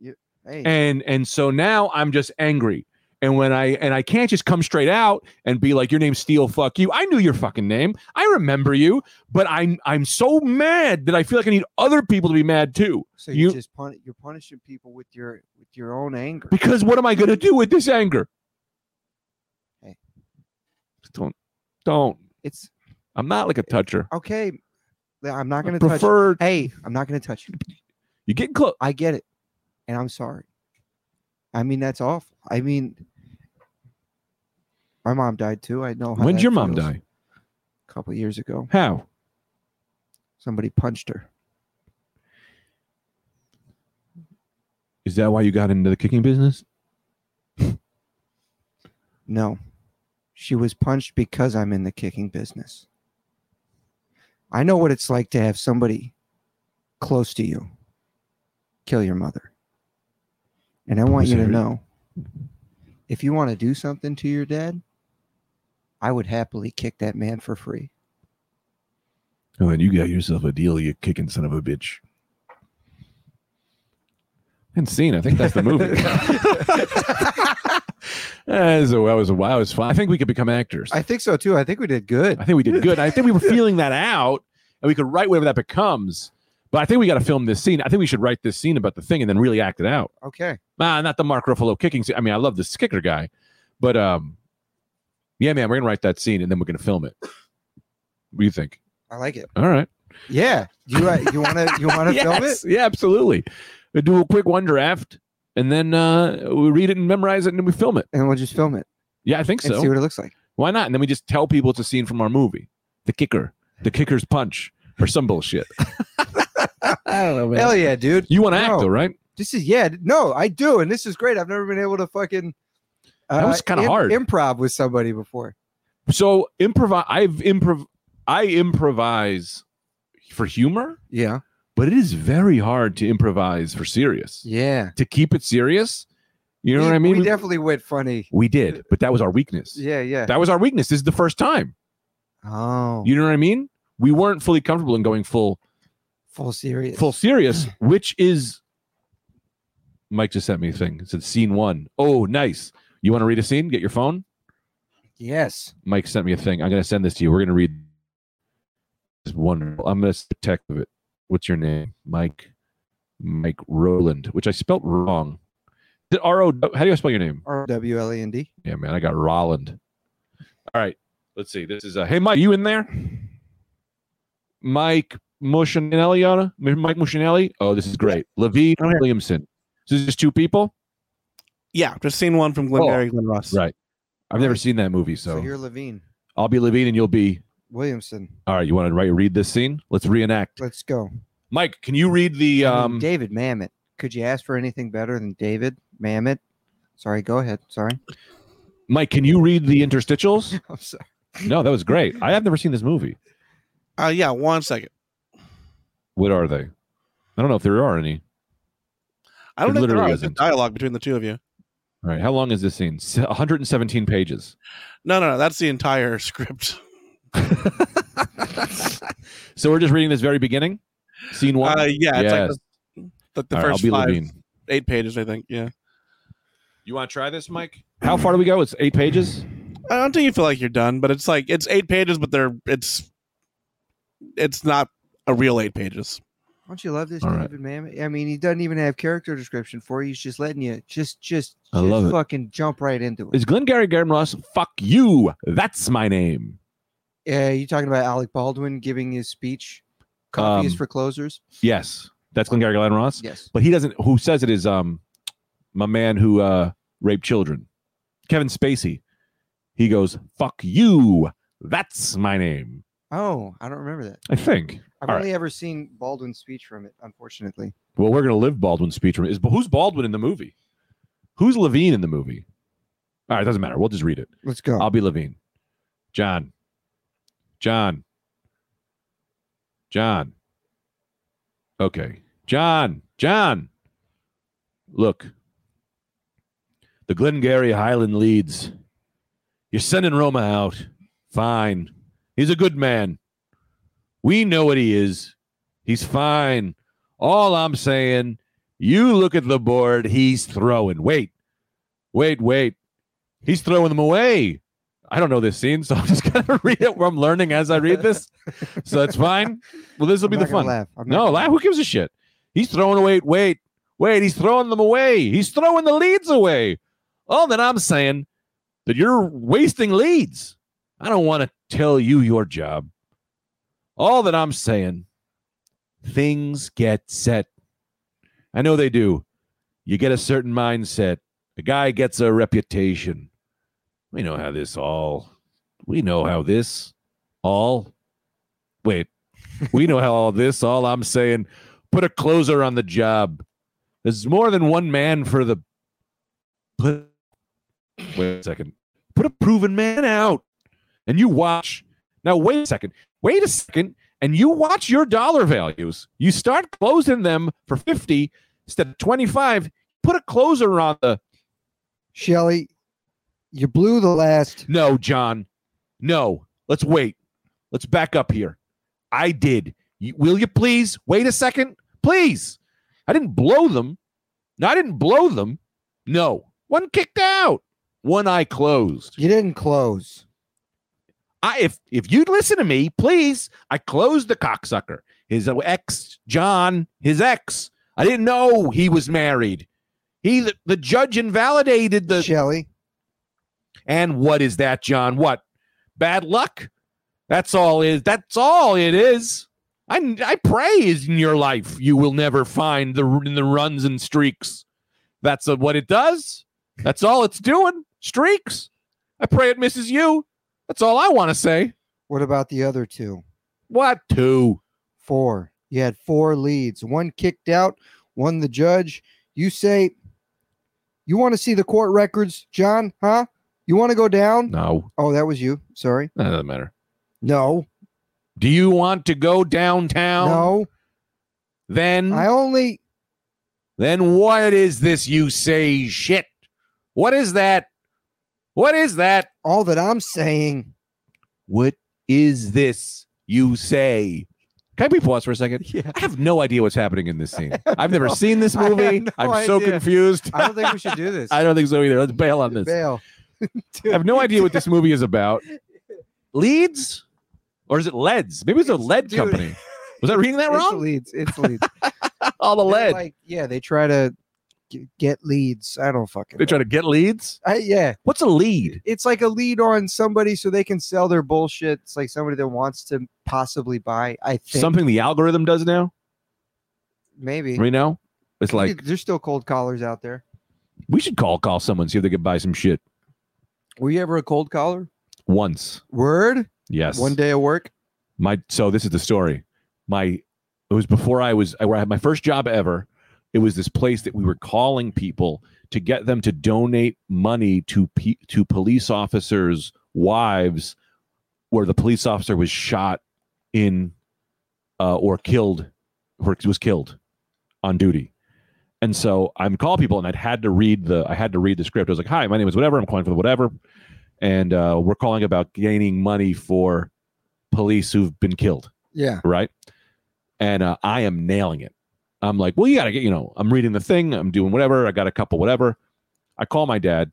B: Hey,
C: and and so now I'm just angry. And when I and I can't just come straight out and be like, "Your name's Steele, fuck you." I knew your fucking name. I remember you, but I'm I'm so mad that I feel like I need other people to be mad too.
B: so you,
C: you-
B: just pun- you're punishing people with your with your own anger.
C: Because what am I gonna do with this anger?
B: Hey.
C: Just Don't don't.
B: It's
C: I'm not like a toucher.
B: okay. I'm not
C: I
B: gonna touch.
C: prefer
B: Hey, I'm not gonna touch you.
C: you get close.
B: I get it. And I'm sorry. I mean, that's awful. I mean, my mom died too. I know. How
C: When'd
B: that
C: your mom
B: feels.
C: die?
B: A couple of years ago.
C: How?
B: Somebody punched her.
C: Is that why you got into the kicking business?
B: No, she was punched because I'm in the kicking business. I know what it's like to have somebody close to you kill your mother. And I want you to
C: Sorry.
B: know if you want to do something to your dad, I would happily kick that man for free.
C: Oh, and you got yourself a deal, you kicking son of a bitch. And seen. I think that's the movie. As a, I was, a, I was fine. I think we could become actors.
B: I think so too. I think we did good.
C: I think we did good. I think we were feeling that out, and we could write whatever that becomes. But I think we got to film this scene. I think we should write this scene about the thing and then really act it out.
B: Okay.
C: Ah, not the Mark Ruffalo kicking scene. I mean, I love this kicker guy, but um, yeah, man, we're gonna write that scene and then we're gonna film it. What do you think?
B: I like it.
C: All right,
B: Yeah. You right. You want to you want to film it?
C: Yes. yeah, absolutely. We do a quick one draft and then uh, we read it and memorize it and then we film it.
B: And we'll just film it
C: Yeah, I think
B: and see
C: so.
B: what it looks like.
C: Why not? And then we just tell people it's a scene from our movie, The Kicker, The Kicker's Punch, or some bullshit. I don't know,
B: Hell yeah, dude.
C: You want to act
B: No.
C: though, right?
B: This is yeah, no, I do, and this is great. I've never been able to fucking. Uh,
C: That was kinda
B: im-
C: hard.
B: Improv with somebody before.
C: So improv. I've improv. I improvise for humor.
B: Yeah,
C: but it is very hard to improvise for serious.
B: yeah.
C: To keep it serious, you know
B: We-
C: what I mean?
B: We
C: We,
B: definitely went funny.
C: we did, but that was our weakness.
B: Yeah, yeah.
C: That was our weakness. This is the first time.
B: oh,
C: You know what I mean? We weren't fully comfortable in going full
B: full serious.
C: full serious, which is Mike just sent me a thing. It said scene one. Oh, nice. You want to read a scene? Get your phone.
B: Yes.
C: Mike sent me a thing. I'm gonna send this to you. We're gonna read this wonderful. I'm gonna s- text of it. What's your name? Mike Mike Roland, which I spelt wrong. Is it R O how do you spell your name?
B: R W L E N D.
C: Yeah, man, I got Roland. All right, let's see. This is uh, hey Mike, you in there? Mike Mushinelli, Yana? M- Mike Mushinelli. Oh, this is great. Levine
D: I'm here.
C: Williamson. So this is just two people.
D: Yeah, just seen one from Glengarry Glen Ross.
C: Right. I've never
B: Right.
C: seen that movie,
B: Oh. So,
C: so
B: you're Levine
C: I'll be Levine and you'll be.
B: Williamson.
C: All right, you want to write, read this scene? Let's reenact.
B: Let's go.
C: Mike, can you read the?
B: I mean,
C: Um,
B: David Mamet. Could you ask for anything better than David Mamet? Sorry, go ahead. Sorry.
C: Mike, can you read the interstitials?
B: I'm sorry.
C: No, that was great. I have never seen this movie.
D: Uh, yeah, one second.
C: What are they? I don't know if there are any.
D: I don't
C: It
D: think there
C: literally
D: are. It's a
C: isn't.
D: dialogue between the two of you.
C: All right, how long is this scene? Se- 117 pages.
D: No, no, no. That's the entire script.
C: So we're just reading this very beginning, scene one.
D: Uh, yeah, it's like
C: Yes.
D: the, the, the
C: All right, I'll
D: first
C: be
D: five,
C: Levine.
D: eight pages, I think. Yeah.
C: You want to try this, Mike? How far do we go? It's eight pages.
D: Uh, Until you feel like you're done, but it's like it's eight pages, but they're it's it's not a real eight pages.
B: Don't you love this
C: All right.
B: David Mamet? I mean, he doesn't even have character description for you. He's just letting you just just,
C: I
B: just
C: love it.
B: fucking jump right into it.
C: Is Glengarry Graham Ross? Fuck you. That's my name.
B: Yeah, you talking about Alec Baldwin giving his speech? Coffee is
C: Um,
B: for closers.
C: Yes, that's Glengarry Glen Ross.
B: Yes.
C: But he doesn't. Who says it is um, my man who uh raped children, Kevin Spacey. He goes, "Fuck you." That's my name.
B: Oh, I don't remember that.
C: I think.
B: I've
C: All right.
B: only ever seen Baldwin's speech from it, unfortunately.
C: Well, we're gonna live Baldwin's speech from is but who's Baldwin in the movie? Who's Levine in the movie? All right, doesn't matter. We'll just read it.
B: Let's go.
C: I'll be Levine. John. John. John. Okay. John. John. Look. The Glengarry Highland leads. You're sending Roma out. Fine. He's a good man. We know what he is. He's fine. All I'm saying, you look at the board he's throwing. Wait. Wait, wait. He's throwing them away. I don't know this scene, so I'm just gonna read it where I'm learning as I read this. So that's fine. Well, this will
B: I'm
C: be
B: not
C: the
B: gonna
C: fun.
B: Laugh. I'm not
C: No,
B: gonna
C: la- who gives a shit? He's throwing away. Wait, wait. He's throwing them away. He's throwing the leads away. All that I'm saying that you're wasting leads. I don't want to tell you your job. All that I'm saying, things get set. I know they do. You get a certain mindset. A guy gets a reputation. We know how this all. We know how this all. Wait, we know how all this all i'm saying put a closer on the job there's more than one man for the put wait a second put a proven man out and you watch now wait a second wait a second and you watch your dollar values you start closing them for 50 instead of 25 put a closer on the
B: Shelly, you blew the last.
C: No, John. No. Let's wait. Let's back up here. I did. You, will you please wait a second? Please. I didn't blow them. No, I didn't blow them. No. One kicked out. One eye closed.
B: You didn't close.
C: I if if you'd listen to me, please. I closed the cocksucker. His ex, John, his ex. I didn't know he was married. He the, the judge invalidated the
B: Shelly,
C: And what is that, John? What? Bad luck? That's all is that's all it is. I I pray is in your life you will never find the in the runs and streaks. That's uh what it does. That's all it's doing. Streaks. I pray it misses you. That's all I want to say.
B: what about the other two?
C: What two?
B: Four. You had four leads. One kicked out, one the judge. You say, you want to see the court records, John? Huh? You want to go down?
C: No,
B: Oh, that was you. Sorry.
C: that doesn't matter.
B: No.
C: Do you want to go downtown?
B: No.
C: Then
B: I only.
C: Then what is this you say shit? What is that? What is that?
B: All that I'm saying.
C: What is this you say? Can we pause for a second?
B: Yeah.
C: I have no idea what's happening in this scene. I've never
B: no-
C: seen this
B: I have
C: movie.
B: no
C: I'm so
B: idea.
C: confused.
B: I don't think we should do this.
C: I don't think so either. Let's bail on this.
B: Bail.
C: I have no idea what this movie is about. Leeds? Or is it Leads? Maybe it's a lead
B: dude.
C: company. Was I reading that
B: It's
C: wrong?
B: leads. It's leads.
C: All the
B: They're
C: lead.
B: Like, yeah, they try to g- get leads. I don't fucking.
C: They
B: Know.
C: try to get leads?
B: I, yeah,
C: What's a lead?
B: it's like a lead on somebody so they can sell their bullshit. It's like somebody that wants to possibly buy. I think
C: Something the algorithm does now?
B: maybe
C: Right now? It's
B: Dude,
C: like
B: there's still cold callers out there.
C: We should call call someone see if they could buy some shit
B: Were you ever a cold caller?
C: once.
B: Word.
C: Yes.
B: One day of work.
C: My so this is the story. My it was before I was I had my first job ever. It was this place that we were calling people to get them to donate money to pe- to police officers' wives, where the police officer was shot in uh, or killed or was killed on duty. And so I'm call people and I'd had to read the I had to read the script. I was like, "Hi, my name is whatever. I'm calling for the whatever, and uh, we're calling about gaining money for police who've been killed."
B: Yeah.
C: right? And uh, I am nailing it. I'm like, well, you got to get, you know, I'm reading the thing, I'm doing whatever, I got a couple, whatever. I call my dad,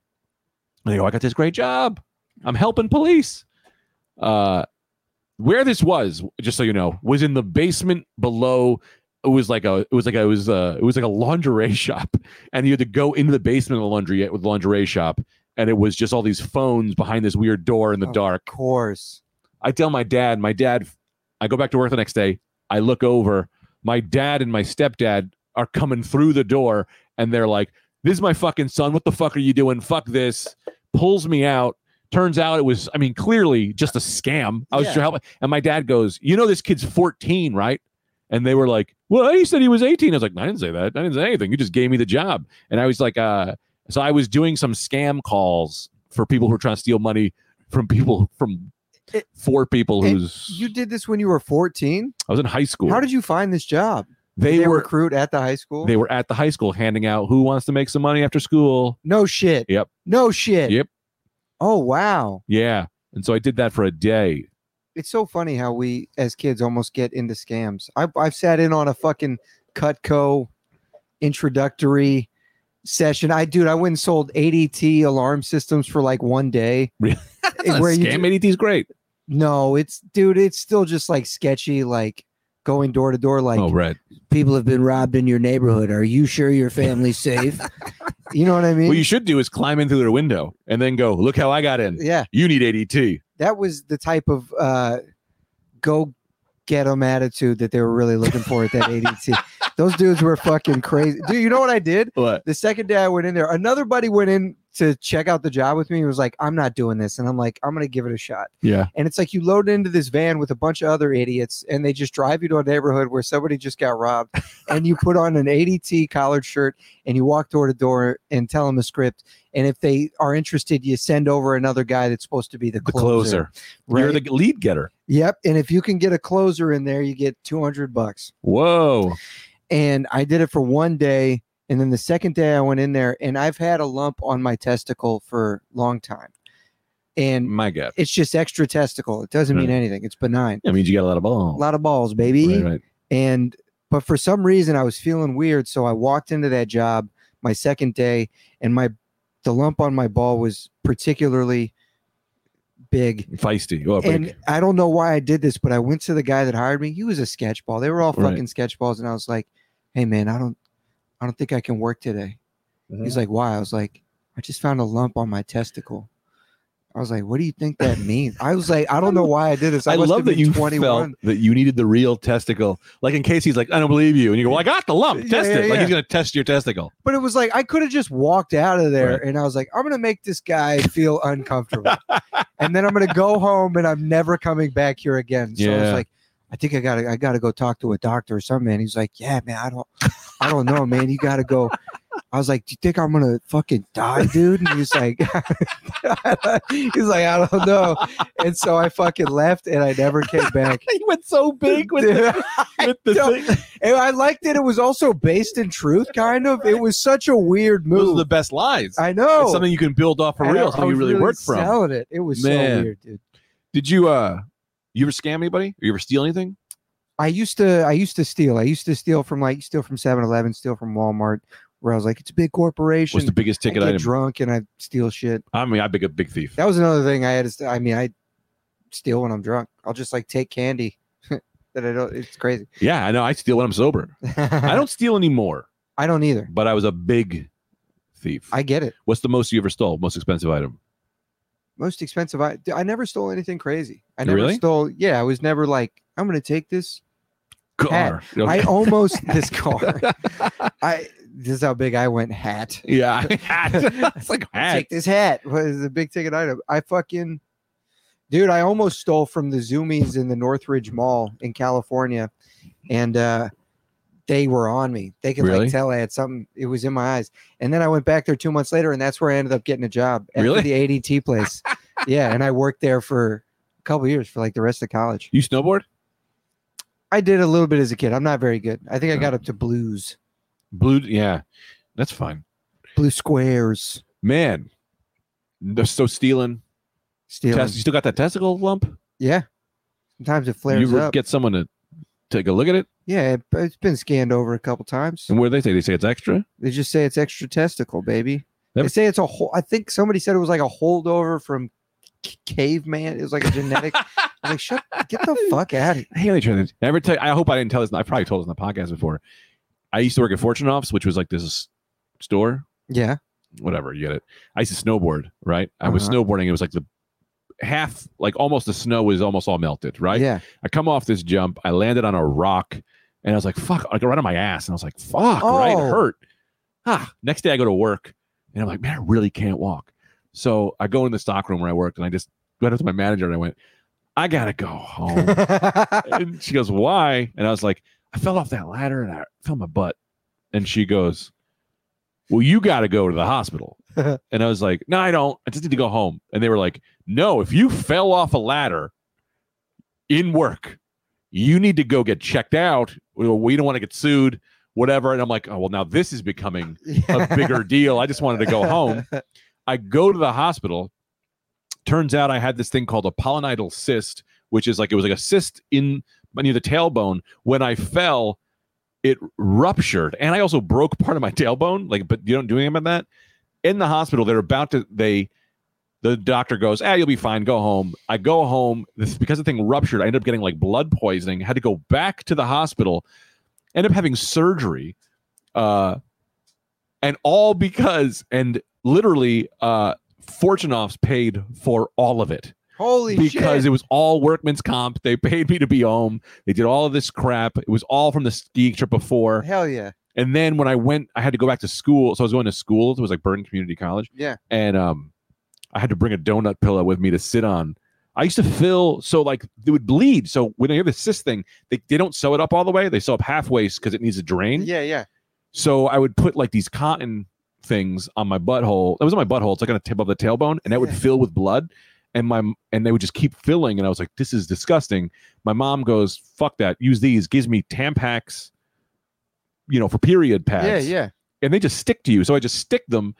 C: and I go, I got this great job. I'm helping police. Uh, where this was, just so you know, was in the basement below. It was like a, it was like a, it was a, it was like a lingerie shop, and you had to go into the basement of the laundry with lingerie shop, and it was just all these phones behind this weird door in the
B: Oh.
C: dark.
B: Of course.
C: I tell my dad, my dad, I go back to work the next day. I look over. My dad and my stepdad are coming through the door, and they're like, "This is my fucking son. What the fuck are you doing? Fuck this!" Pulls me out. Turns out it was, I mean, clearly just a scam. I was
B: Yeah.
C: trying to help. And my dad goes, "You know this kid's 14, right?" And they were like, "Well, he said he was 18." I was like, "I didn't say that. I didn't say anything. You just gave me the job." And I was like, "Uh." So I was doing some scam calls for people who are trying to steal money from people from
B: It-
C: four people
B: it-
C: who's
B: You did this when you were 14.
C: I was in high school.
B: How did you find this job?
C: they,
B: Did they
C: were
B: recruit at the high school?
C: they were at the high school handing out who wants to make some money after school.
B: no shit.
C: Yep.
B: No shit.
C: Yep.
B: Oh wow.
C: Yeah. And so I did that for a day.
B: It's so funny how we as kids almost get into scams. I, I've sat in on a fucking Cutco introductory session. I dude, I went and sold ADT alarm systems for like one day.
C: Really?
B: Where you
C: scam ADT is great.
B: No, it's dude, it's still just like sketchy, like going door to door, like
C: oh, right.
B: people have been robbed in your neighborhood. Are you sure your family's safe? you know what I mean?
C: What you should do is climb in through their window and then go, look how I got in.
B: yeah,
C: You need ADT.
B: that was the type of uh, go get 'em attitude that they were really looking for at that ADT. Those dudes were fucking crazy. Dude, you know what I did?
C: What?
B: The second day I went in there, another buddy went in to check out the job with me. He was like, I'm not doing this. And I'm like, I'm going to give it a shot.
C: Yeah.
B: And it's like you load into this van with a bunch of other idiots and they just drive you to a neighborhood where somebody just got robbed. and you put on an ADT collared shirt and you walk door to door and tell them a script. And if they are interested, you send over another guy that's supposed to be the
C: The
B: closer.
C: closer. You're
B: right?
C: the lead getter.
B: Yep. And if you can get a closer in there, you get 200 bucks
C: Whoa.
B: and I did it for one day. And then the second day I went in there and I've had a lump on my testicle for a long time. And
C: My God.
B: it's just extra testicle. It doesn't mean
C: Mm. Right.
B: anything. It's benign.
C: That means you got a lot of
B: A
C: balls.
B: lot of balls, baby.
C: Right, right.
B: And but for some reason I was feeling weird. So I walked into that job my second day and my the lump on my ball was particularly big.
C: Feisty. Oh, big.
B: And I don't know why I did this, but I went to the guy that hired me. He was a sketchball. They were all
C: Right.
B: fucking sketchballs, and I was like, "Hey, man, I don't, I don't think I can work today."
C: Mm-hmm.
B: He's like, "Why?" I was like, "I just found a lump on my testicle." I was like, "What do you think that means?" I was like, "I don't know why I did this." I,
C: I
B: must have
C: love that
B: been
C: you
B: 21.
C: felt that you needed the real testicle. Like in case he's like, I don't believe you, and you go, Well, I got the lump.
B: Yeah,
C: Test
B: yeah,
C: it. Like
B: yeah.
C: he's gonna test your testicle.
B: but it was like I could have just walked out of there,
C: Right.
B: and I was like, "I'm gonna make this guy feel uncomfortable, and then I'm gonna go home, and I'm never coming back here again." So I was
C: Yeah.
B: like, "I think I gotta, I gotta go talk to a doctor or something." And he's like, "Yeah, man, I don't, I don't know, man. You gotta go." I was like, "Do you think I'm gonna fucking die, dude?" And he's like, "He's like, I don't know." And so I fucking left, and I never came back.
C: He went so big with
B: Dude,
C: the, with the
B: don't-
C: thing. It
B: and I liked it. It was also based in truth, kind of. It was such a weird move.
C: Those are the best lies.
B: I know.
C: It's something you can build off for
B: And I-
C: real.
B: I
C: Something you
B: was
C: really, work from.
B: Selling it. It was so
C: Man.
B: weird, dude.
C: Did you uh you ever scam anybody? Or you ever steal anything?
B: I used to I used to steal. I used to steal from like steal from 7-Eleven, steal from Walmart, where I was like, it's a big corporation.
C: What's the biggest ticket
B: I get
C: item?
B: drunk and I steal shit.
C: I mean, I big a big thief.
B: That was another thing I had to st- I mean, I steal when I'm drunk. I'll just like take candy that I don't it's crazy.
C: Yeah, I know. I steal when I'm sober. I don't steal anymore,
B: I don't either.
C: but I was a big thief.
B: I get it.
C: What's the most you ever stole? Most expensive item?
B: Most expensive I d- I never stole anything crazy. I never
C: Really?
B: stole yeah, I was never like, I'm gonna take this.
C: Car.
B: I
C: Okay.
B: almost this car. I this is how big I went hat.
C: yeah, hat. it's like a hat.
B: Take this hat was a big ticket item. I fucking dude, I almost stole from the Zoomies in the Northridge Mall in California, and uh, they were on me. They could
C: Really?
B: like tell I had something. It was in my eyes. And then I went back there two months later, and that's where I ended up getting a job at
C: Really?
B: the ADT place. yeah, and I worked there for a couple years for like the rest of college.
C: You snowboard?
B: I did a little bit as a kid. I'm not very good. I think I
C: Yeah.
B: got up to blues,
C: Blue. Yeah, that's fine.
B: blue squares,
C: Man, they're so stealing.
B: stealing.
C: Test, you still got that testicle lump?
B: Yeah, sometimes it
C: You
B: flares
C: ever
B: up.
C: get someone to take a look at it,
B: Yeah, it, it's been scanned over a couple times.
C: and where they say they say it's extra.
B: They just say it's extra testicle, baby.
C: That-
B: They say it's a whole. I think somebody said it was like a holdover from c- caveman. It was like a genetic. I was like, shut, get the fuck out of
C: Haley Trinity. Never tell. I hope I didn't tell this. I probably told this on the podcast before. I used to work at Fortune Offs, which was like this store,
B: here. Yeah,
C: whatever you get it. I used to snowboard, right? I was
B: Uh-huh.
C: snowboarding. It was like the half, like almost the snow was almost all melted, right?
B: Yeah.
C: I come off this jump, I landed on a rock, and I was like, fuck, like right on my ass. And I was like, fuck, right?
B: Oh.
C: It hurt. Ah, next day I go to work and I'm like, man, I really can't walk. So I go in the stockroom where I worked and I just went up to my manager and I went, I gotta go home. and she goes, Why? And I was like, I fell off that ladder and I felt my butt. And she goes, Well, you got to go to the hospital. and I was like, No, I don't. I just need to go home. And they were like, No, if you fell off a ladder in work, you need to go get checked out. We we don't want to get sued, whatever. And I'm like, Oh, well, now this is becoming a bigger deal. I just wanted to go home. I go to the hospital. Turns out I had this thing called a polynidal cyst, which is like it was like a cyst in near the tailbone. When I fell, it ruptured, and I also broke part of my tailbone. Like, but you don't do anything about that. In the hospital, they're about to they. The doctor goes, "Ah, you'll be fine. Go home." I go home. This because the thing ruptured. I ended up getting like blood poisoning. Had to go back to the hospital. End up having surgery. Uh, and all because and literally uh Fortunoff's paid for all of it
B: Holy
C: because
B: shit.
C: it was all workman's comp. They paid me to be home. They did all of this crap. It was all from the ski trip before.
B: Hell yeah.
C: And then when I went, I had to go back to school. So I was going to school. It was like Burton Community College.
B: Yeah.
C: And um, I had to bring a donut pillow with me to sit on. I used to fill so like it would bleed. So when I have the cyst thing, they, they don't sew it up all the way. They sew up halfway because it needs to drain.
B: Yeah, yeah.
C: So I would put like these cotton things on my butthole. That was on my butthole. It's like on the tip of the tailbone, and that would
B: Yeah.
C: fill with blood. And my and they would just keep filling. And I was like, this is disgusting. My mom goes, fuck that. Use these. Gives me Tampax, you know, for period pads.
B: Yeah, yeah.
C: And they just stick to you. So I just stick them.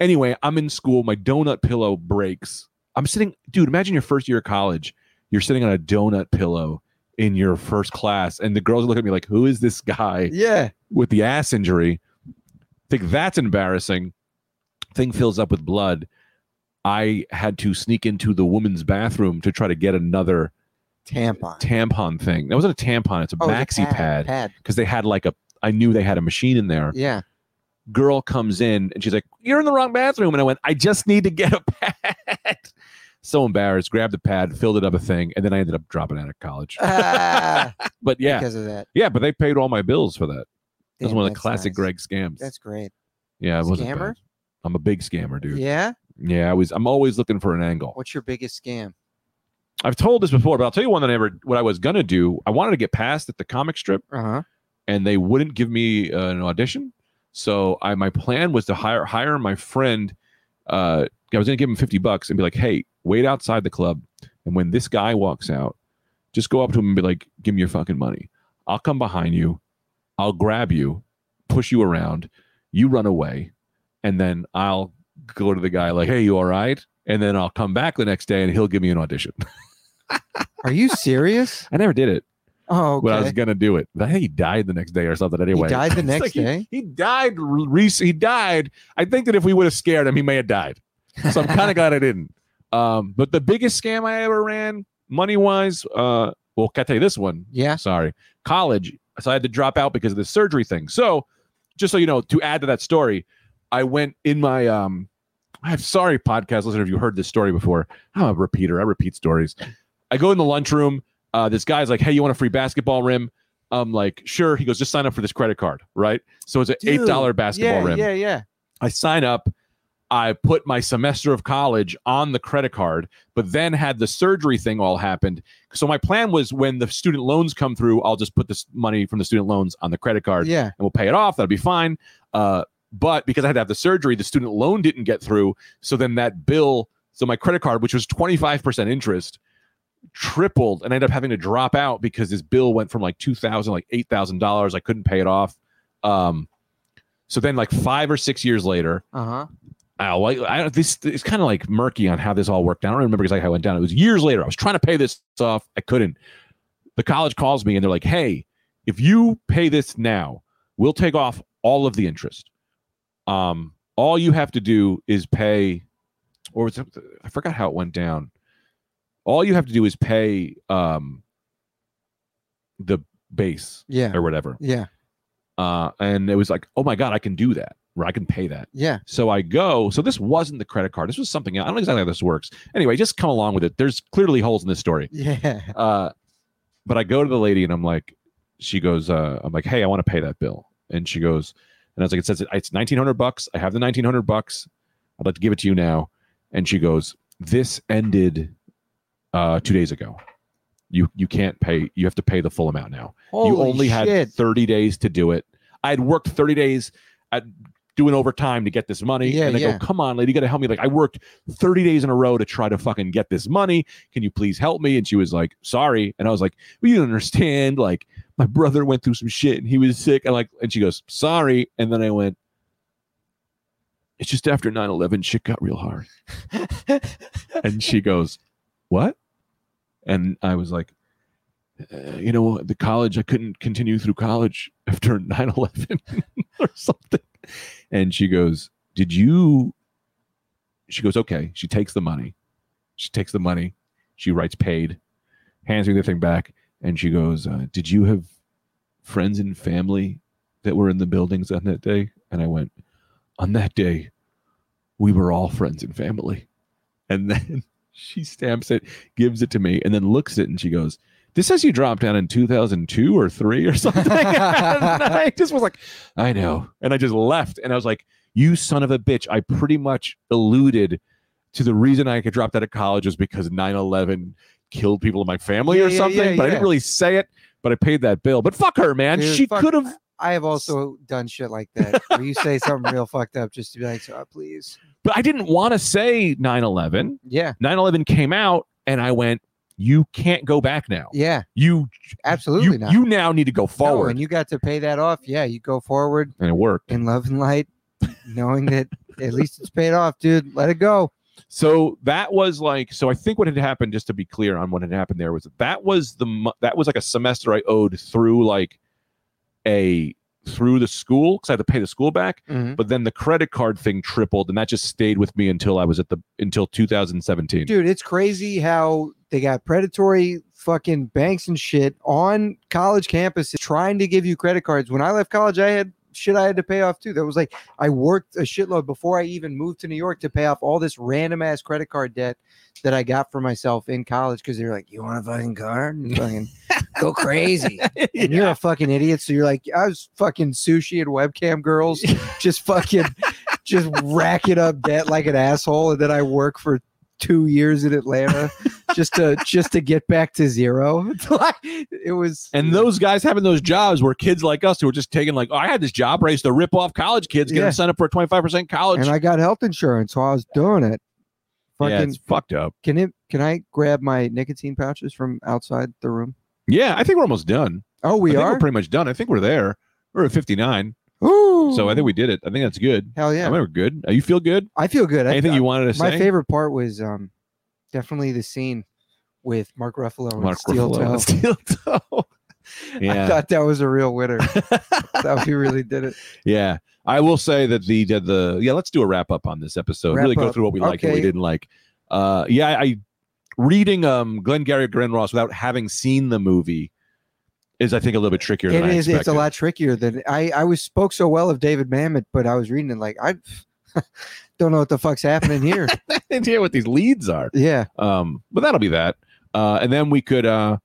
C: Anyway, I'm in school. My donut pillow breaks. I'm sitting, dude. Imagine your first year of college. You're sitting on a donut pillow in your first class, and the girls look at me like, "Who is this guy?"
B: Yeah.
C: with the ass injury. Think that's embarrassing. Thing fills up with blood. I had to sneak into the woman's bathroom to try to get another
B: Tampon.
C: tampon thing. That wasn't a tampon, it's a
B: Oh, the
C: maxi pad
B: pad.
C: because they had like a I knew they had a machine in there.
B: Yeah.
C: Girl comes in and she's like, "You're in the wrong bathroom." And I went, "I just need to get a pad." so embarrassed, grabbed the pad, filled it up a thing, and then I ended up dropping out of college.
B: Ah,
C: But yeah,
B: Because of that.
C: yeah, but they paid all my bills for that. That was
B: Damn,
C: one of the
B: that's
C: classic
B: nice.
C: Greg scams.
B: That's great.
C: yeah, it wasn't bad.
B: Scammer?
C: I'm a big scammer, dude. Yeah,
B: Yeah.
C: I was. I'm always looking for an angle.
B: What's your biggest scam?
C: I've told this before, but I'll tell you one that I ever. What I was gonna do, I wanted to get past at the comic strip,
B: Uh huh.
C: and they wouldn't give me uh, an audition. So I, my plan was to hire hire my friend. Uh, I was gonna give him fifty bucks and be like, "Hey, wait outside the club, and when this guy walks out, just go up to him and be like, give me your fucking money. I'll come behind you, I'll grab you, push you around, you run away, and then I'll go to the guy like, hey, you all right?" And then I'll come back the next day and he'll give me an audition.
B: Are you serious?
C: I never did it,
B: Oh,
C: but I
B: okay.
C: was gonna do it. I think he died the next day or something.
B: He
C: Anyway,
B: died the
C: It's
B: next
C: like he-
B: day.
C: He died. Re- he died. I think that if we would have scared him, he may have died. So I'm kind of glad I didn't. Um, but the biggest scam I ever ran, money wise, uh, well, can I tell you this one?
B: Yeah.
C: Sorry, college. So I had to drop out because of the surgery thing. So, just so you know, to add to that story, I went in my um, I'm sorry, podcast listener, if you heard this story before. I'm a repeater. I repeat stories. I go in the lunchroom. Uh, this guy's like, "Hey, you want a free basketball rim?" I'm like, "Sure." He goes, "Just sign up for this credit card, right?" So it's an
B: Dude,
C: eight dollar basketball
B: yeah,
C: rim.
B: Yeah, yeah.
C: I sign up. I put my semester of college on the credit card, but then had the surgery thing all happened. So my plan was when the student loans come through, I'll just put this money from the student loans on the credit card
B: Yeah.
C: and we'll pay it off. That'll be fine. Uh, but because I had to have the surgery, the student loan didn't get through. So then that bill, so my credit card, which was 25% interest, tripled and I ended up having to drop out because this bill went from like 2000 like $8,000. I couldn't pay it off. Um, so then like five or six years later,
B: Uh huh.
C: I don't like I don't this it's kind of like murky on how this all worked out. I don't remember exactly how it went down. It was years later. I was trying to pay this off. I couldn't. The college calls me and they're like, "Hey, if you pay this now, we'll take off all of the interest. Um, all you have to do is pay, or was it, I forgot how it went down. All you have to do is pay um the base
B: Yeah.
C: or whatever.
B: Yeah.
C: Uh, and it was like, oh my god, I can do that. where I can pay that.
B: Yeah.
C: So I go. So this wasn't the credit card. This was something. else. I don't know exactly how this works. Anyway, just come along with it. There's clearly holes in this story.
B: Yeah.
C: Uh, but I go to the lady and I'm like, she goes, uh, I'm like, hey, I want to pay that bill. And she goes, and I was like, it says it- it's 1900 bucks. I have the 1900 bucks. I'd like to give it to you now. And she goes, this ended uh, two days ago. You you can't pay. You have to pay the full amount now. you
B: Holy
C: only had
B: shit.
C: 30 days to do it. I had worked 30 days at doing overtime to get this money.
B: Yeah,
C: and they
B: yeah.
C: go, come on, lady, you got to help me. Like, I worked 30 days in a row to try to fucking get this money. Can you please help me? And she was like, sorry. And I was like, well, you don't understand. Like, my brother went through some shit and he was sick. And like, and she goes, sorry. And then I went, it's just after 9 11, shit got real hard. and she goes, What? And I was like, uh, You know, the college, I couldn't continue through college after 9 11 or something. And she goes, Did you? She goes, Okay. She takes the money. She takes the money. She writes paid, hands me the thing back. And she goes, uh, Did you have friends and family that were in the buildings on that day? And I went, On that day, we were all friends and family. And then she stamps it, gives it to me, and then looks at it and she goes, This says you dropped out in 2002 or three or something. And I just was like, I know. And I just left. And I was like, You son of a bitch. I pretty much alluded to the reason I could drop out of college was because 9 11 killed people in my family
B: Yeah,
C: or
B: yeah,
C: something.
B: yeah,
C: but I
B: yeah.
C: didn't really say it, but I paid that bill. But fuck her, man.
B: Dude,
C: she
B: fuck-
C: could have.
B: I have also done shit like that. where you say something real fucked up just to be like, so, please.
C: But I didn't want to say 9 11.
B: Yeah.
C: 9 11 came out, and I went, You can't go back now.
B: Yeah.
C: You
B: Absolutely
C: you,
B: not.
C: You now need to go
B: No,
C: forward.
B: and
C: and,
B: you got to pay that off. Yeah. You go forward
C: it worked.
B: in love and light, knowing that at least it's paid off, dude. Let it go.
C: So that was like, so I think what had happened, just to be clear on what had happened there, was that was the, mo- that was like a semester I owed through like a, through the school because I had to pay the school back.
B: Mhm.
C: But then the credit card thing tripled and that just stayed with me until I was at the, until 2017.
B: Dude, it's crazy how they got predatory fucking banks and shit on college campuses trying to give you credit cards. When I left college, I had shit I had to pay off too. That was like I worked a shitload before I even moved to New York to pay off all this random ass credit card debt that I got for myself in college because they were like, You want a fucking card? And fucking go crazy. And you're a fucking idiot. So you're like, I was fucking sushi and webcam girls, just fucking just racking up debt like an asshole. And then I work for two years in Atlanta just to just to get back to zero. it was
C: And those guys having those jobs were kids like us who were just taking like, oh, I had this job race to rip off college kids, get
B: Yeah.
C: them signed up for a 25% college.
B: and I got health insurance while I was doing it.
C: yeah,
B: Fucking
C: it's fucked up.
B: can it can I grab my nicotine pouches from outside the room?
C: Yeah, I think we're almost done.
B: Oh,
C: I
B: we
C: think
B: are.
C: We're pretty much done. I think we're there. We're at 59.
B: Ooh.
C: So I think we did it. I think that's good.
B: hell yeah.
C: I think we're good. Uh, You feel good?
B: I feel good. I-
C: Anything you wanted to
B: my
C: say?
B: favorite part was um definitely the scene with Mark Ruffalo and
C: Mark
B: Steel
C: Ruffalo and
B: Toe.
C: Steel toe.
B: I
C: yeah.
B: thought that was a real winner. that he really did it.
C: yeah. I will say that the, the, the, yeah, let's do a wrap up on this episode.
B: Wrap
C: really go
B: up.
C: through what we liked and what we
B: Okay.
C: didn't like. Uh, yeah, I, I reading um Glenn Gary of Glenn Ross without having seen the movie is, I think, a little bit trickier
B: It
C: than
B: is.
C: I
B: It's
C: expected.
B: a lot trickier than I. I was spoke so well of David Mamet, but I was reading it like I don't know what the fuck's happening here.
C: I didn't hear what these leads are.
B: yeah,
C: Um, but that'll be that. Uh, and then we could uh,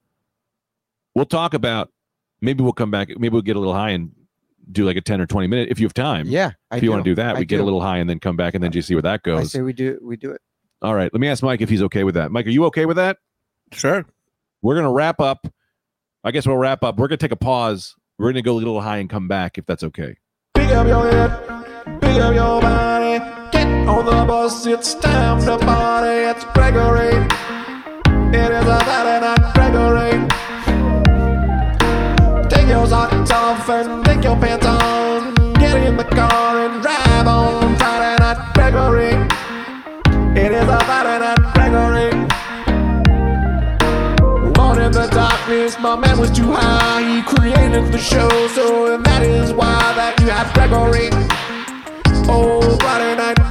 C: we'll talk about maybe we'll come back. Maybe we'll get a little high and do like a ten or twenty minute if you have time.
B: yeah. I
C: If you want to do that,
B: I
C: we get a
B: do.
C: little high and then come back and then just see where that
B: I
C: goes.
B: say we do. We do it.
C: All right. Let me ask Mike if he's okay with that. Mike, are you okay with that?
D: Sure.
C: We're gonna wrap up. I guess we'll wrap up. We're gonna take a pause. We're gonna go a little high and come back if that's okay.
A: Pick up your head, pick up your body. Get on the bus, it's time to party. It's Gregory. It is a Saturday night, Gregory. Take your socks off and take your pants on. Get in the car and drive on Friday night, Gregory. It is a Saturday night, Gregory. Born in the darkness, my man was too high. He created the show, so that is why that you have Gregory. Oh, Friday night,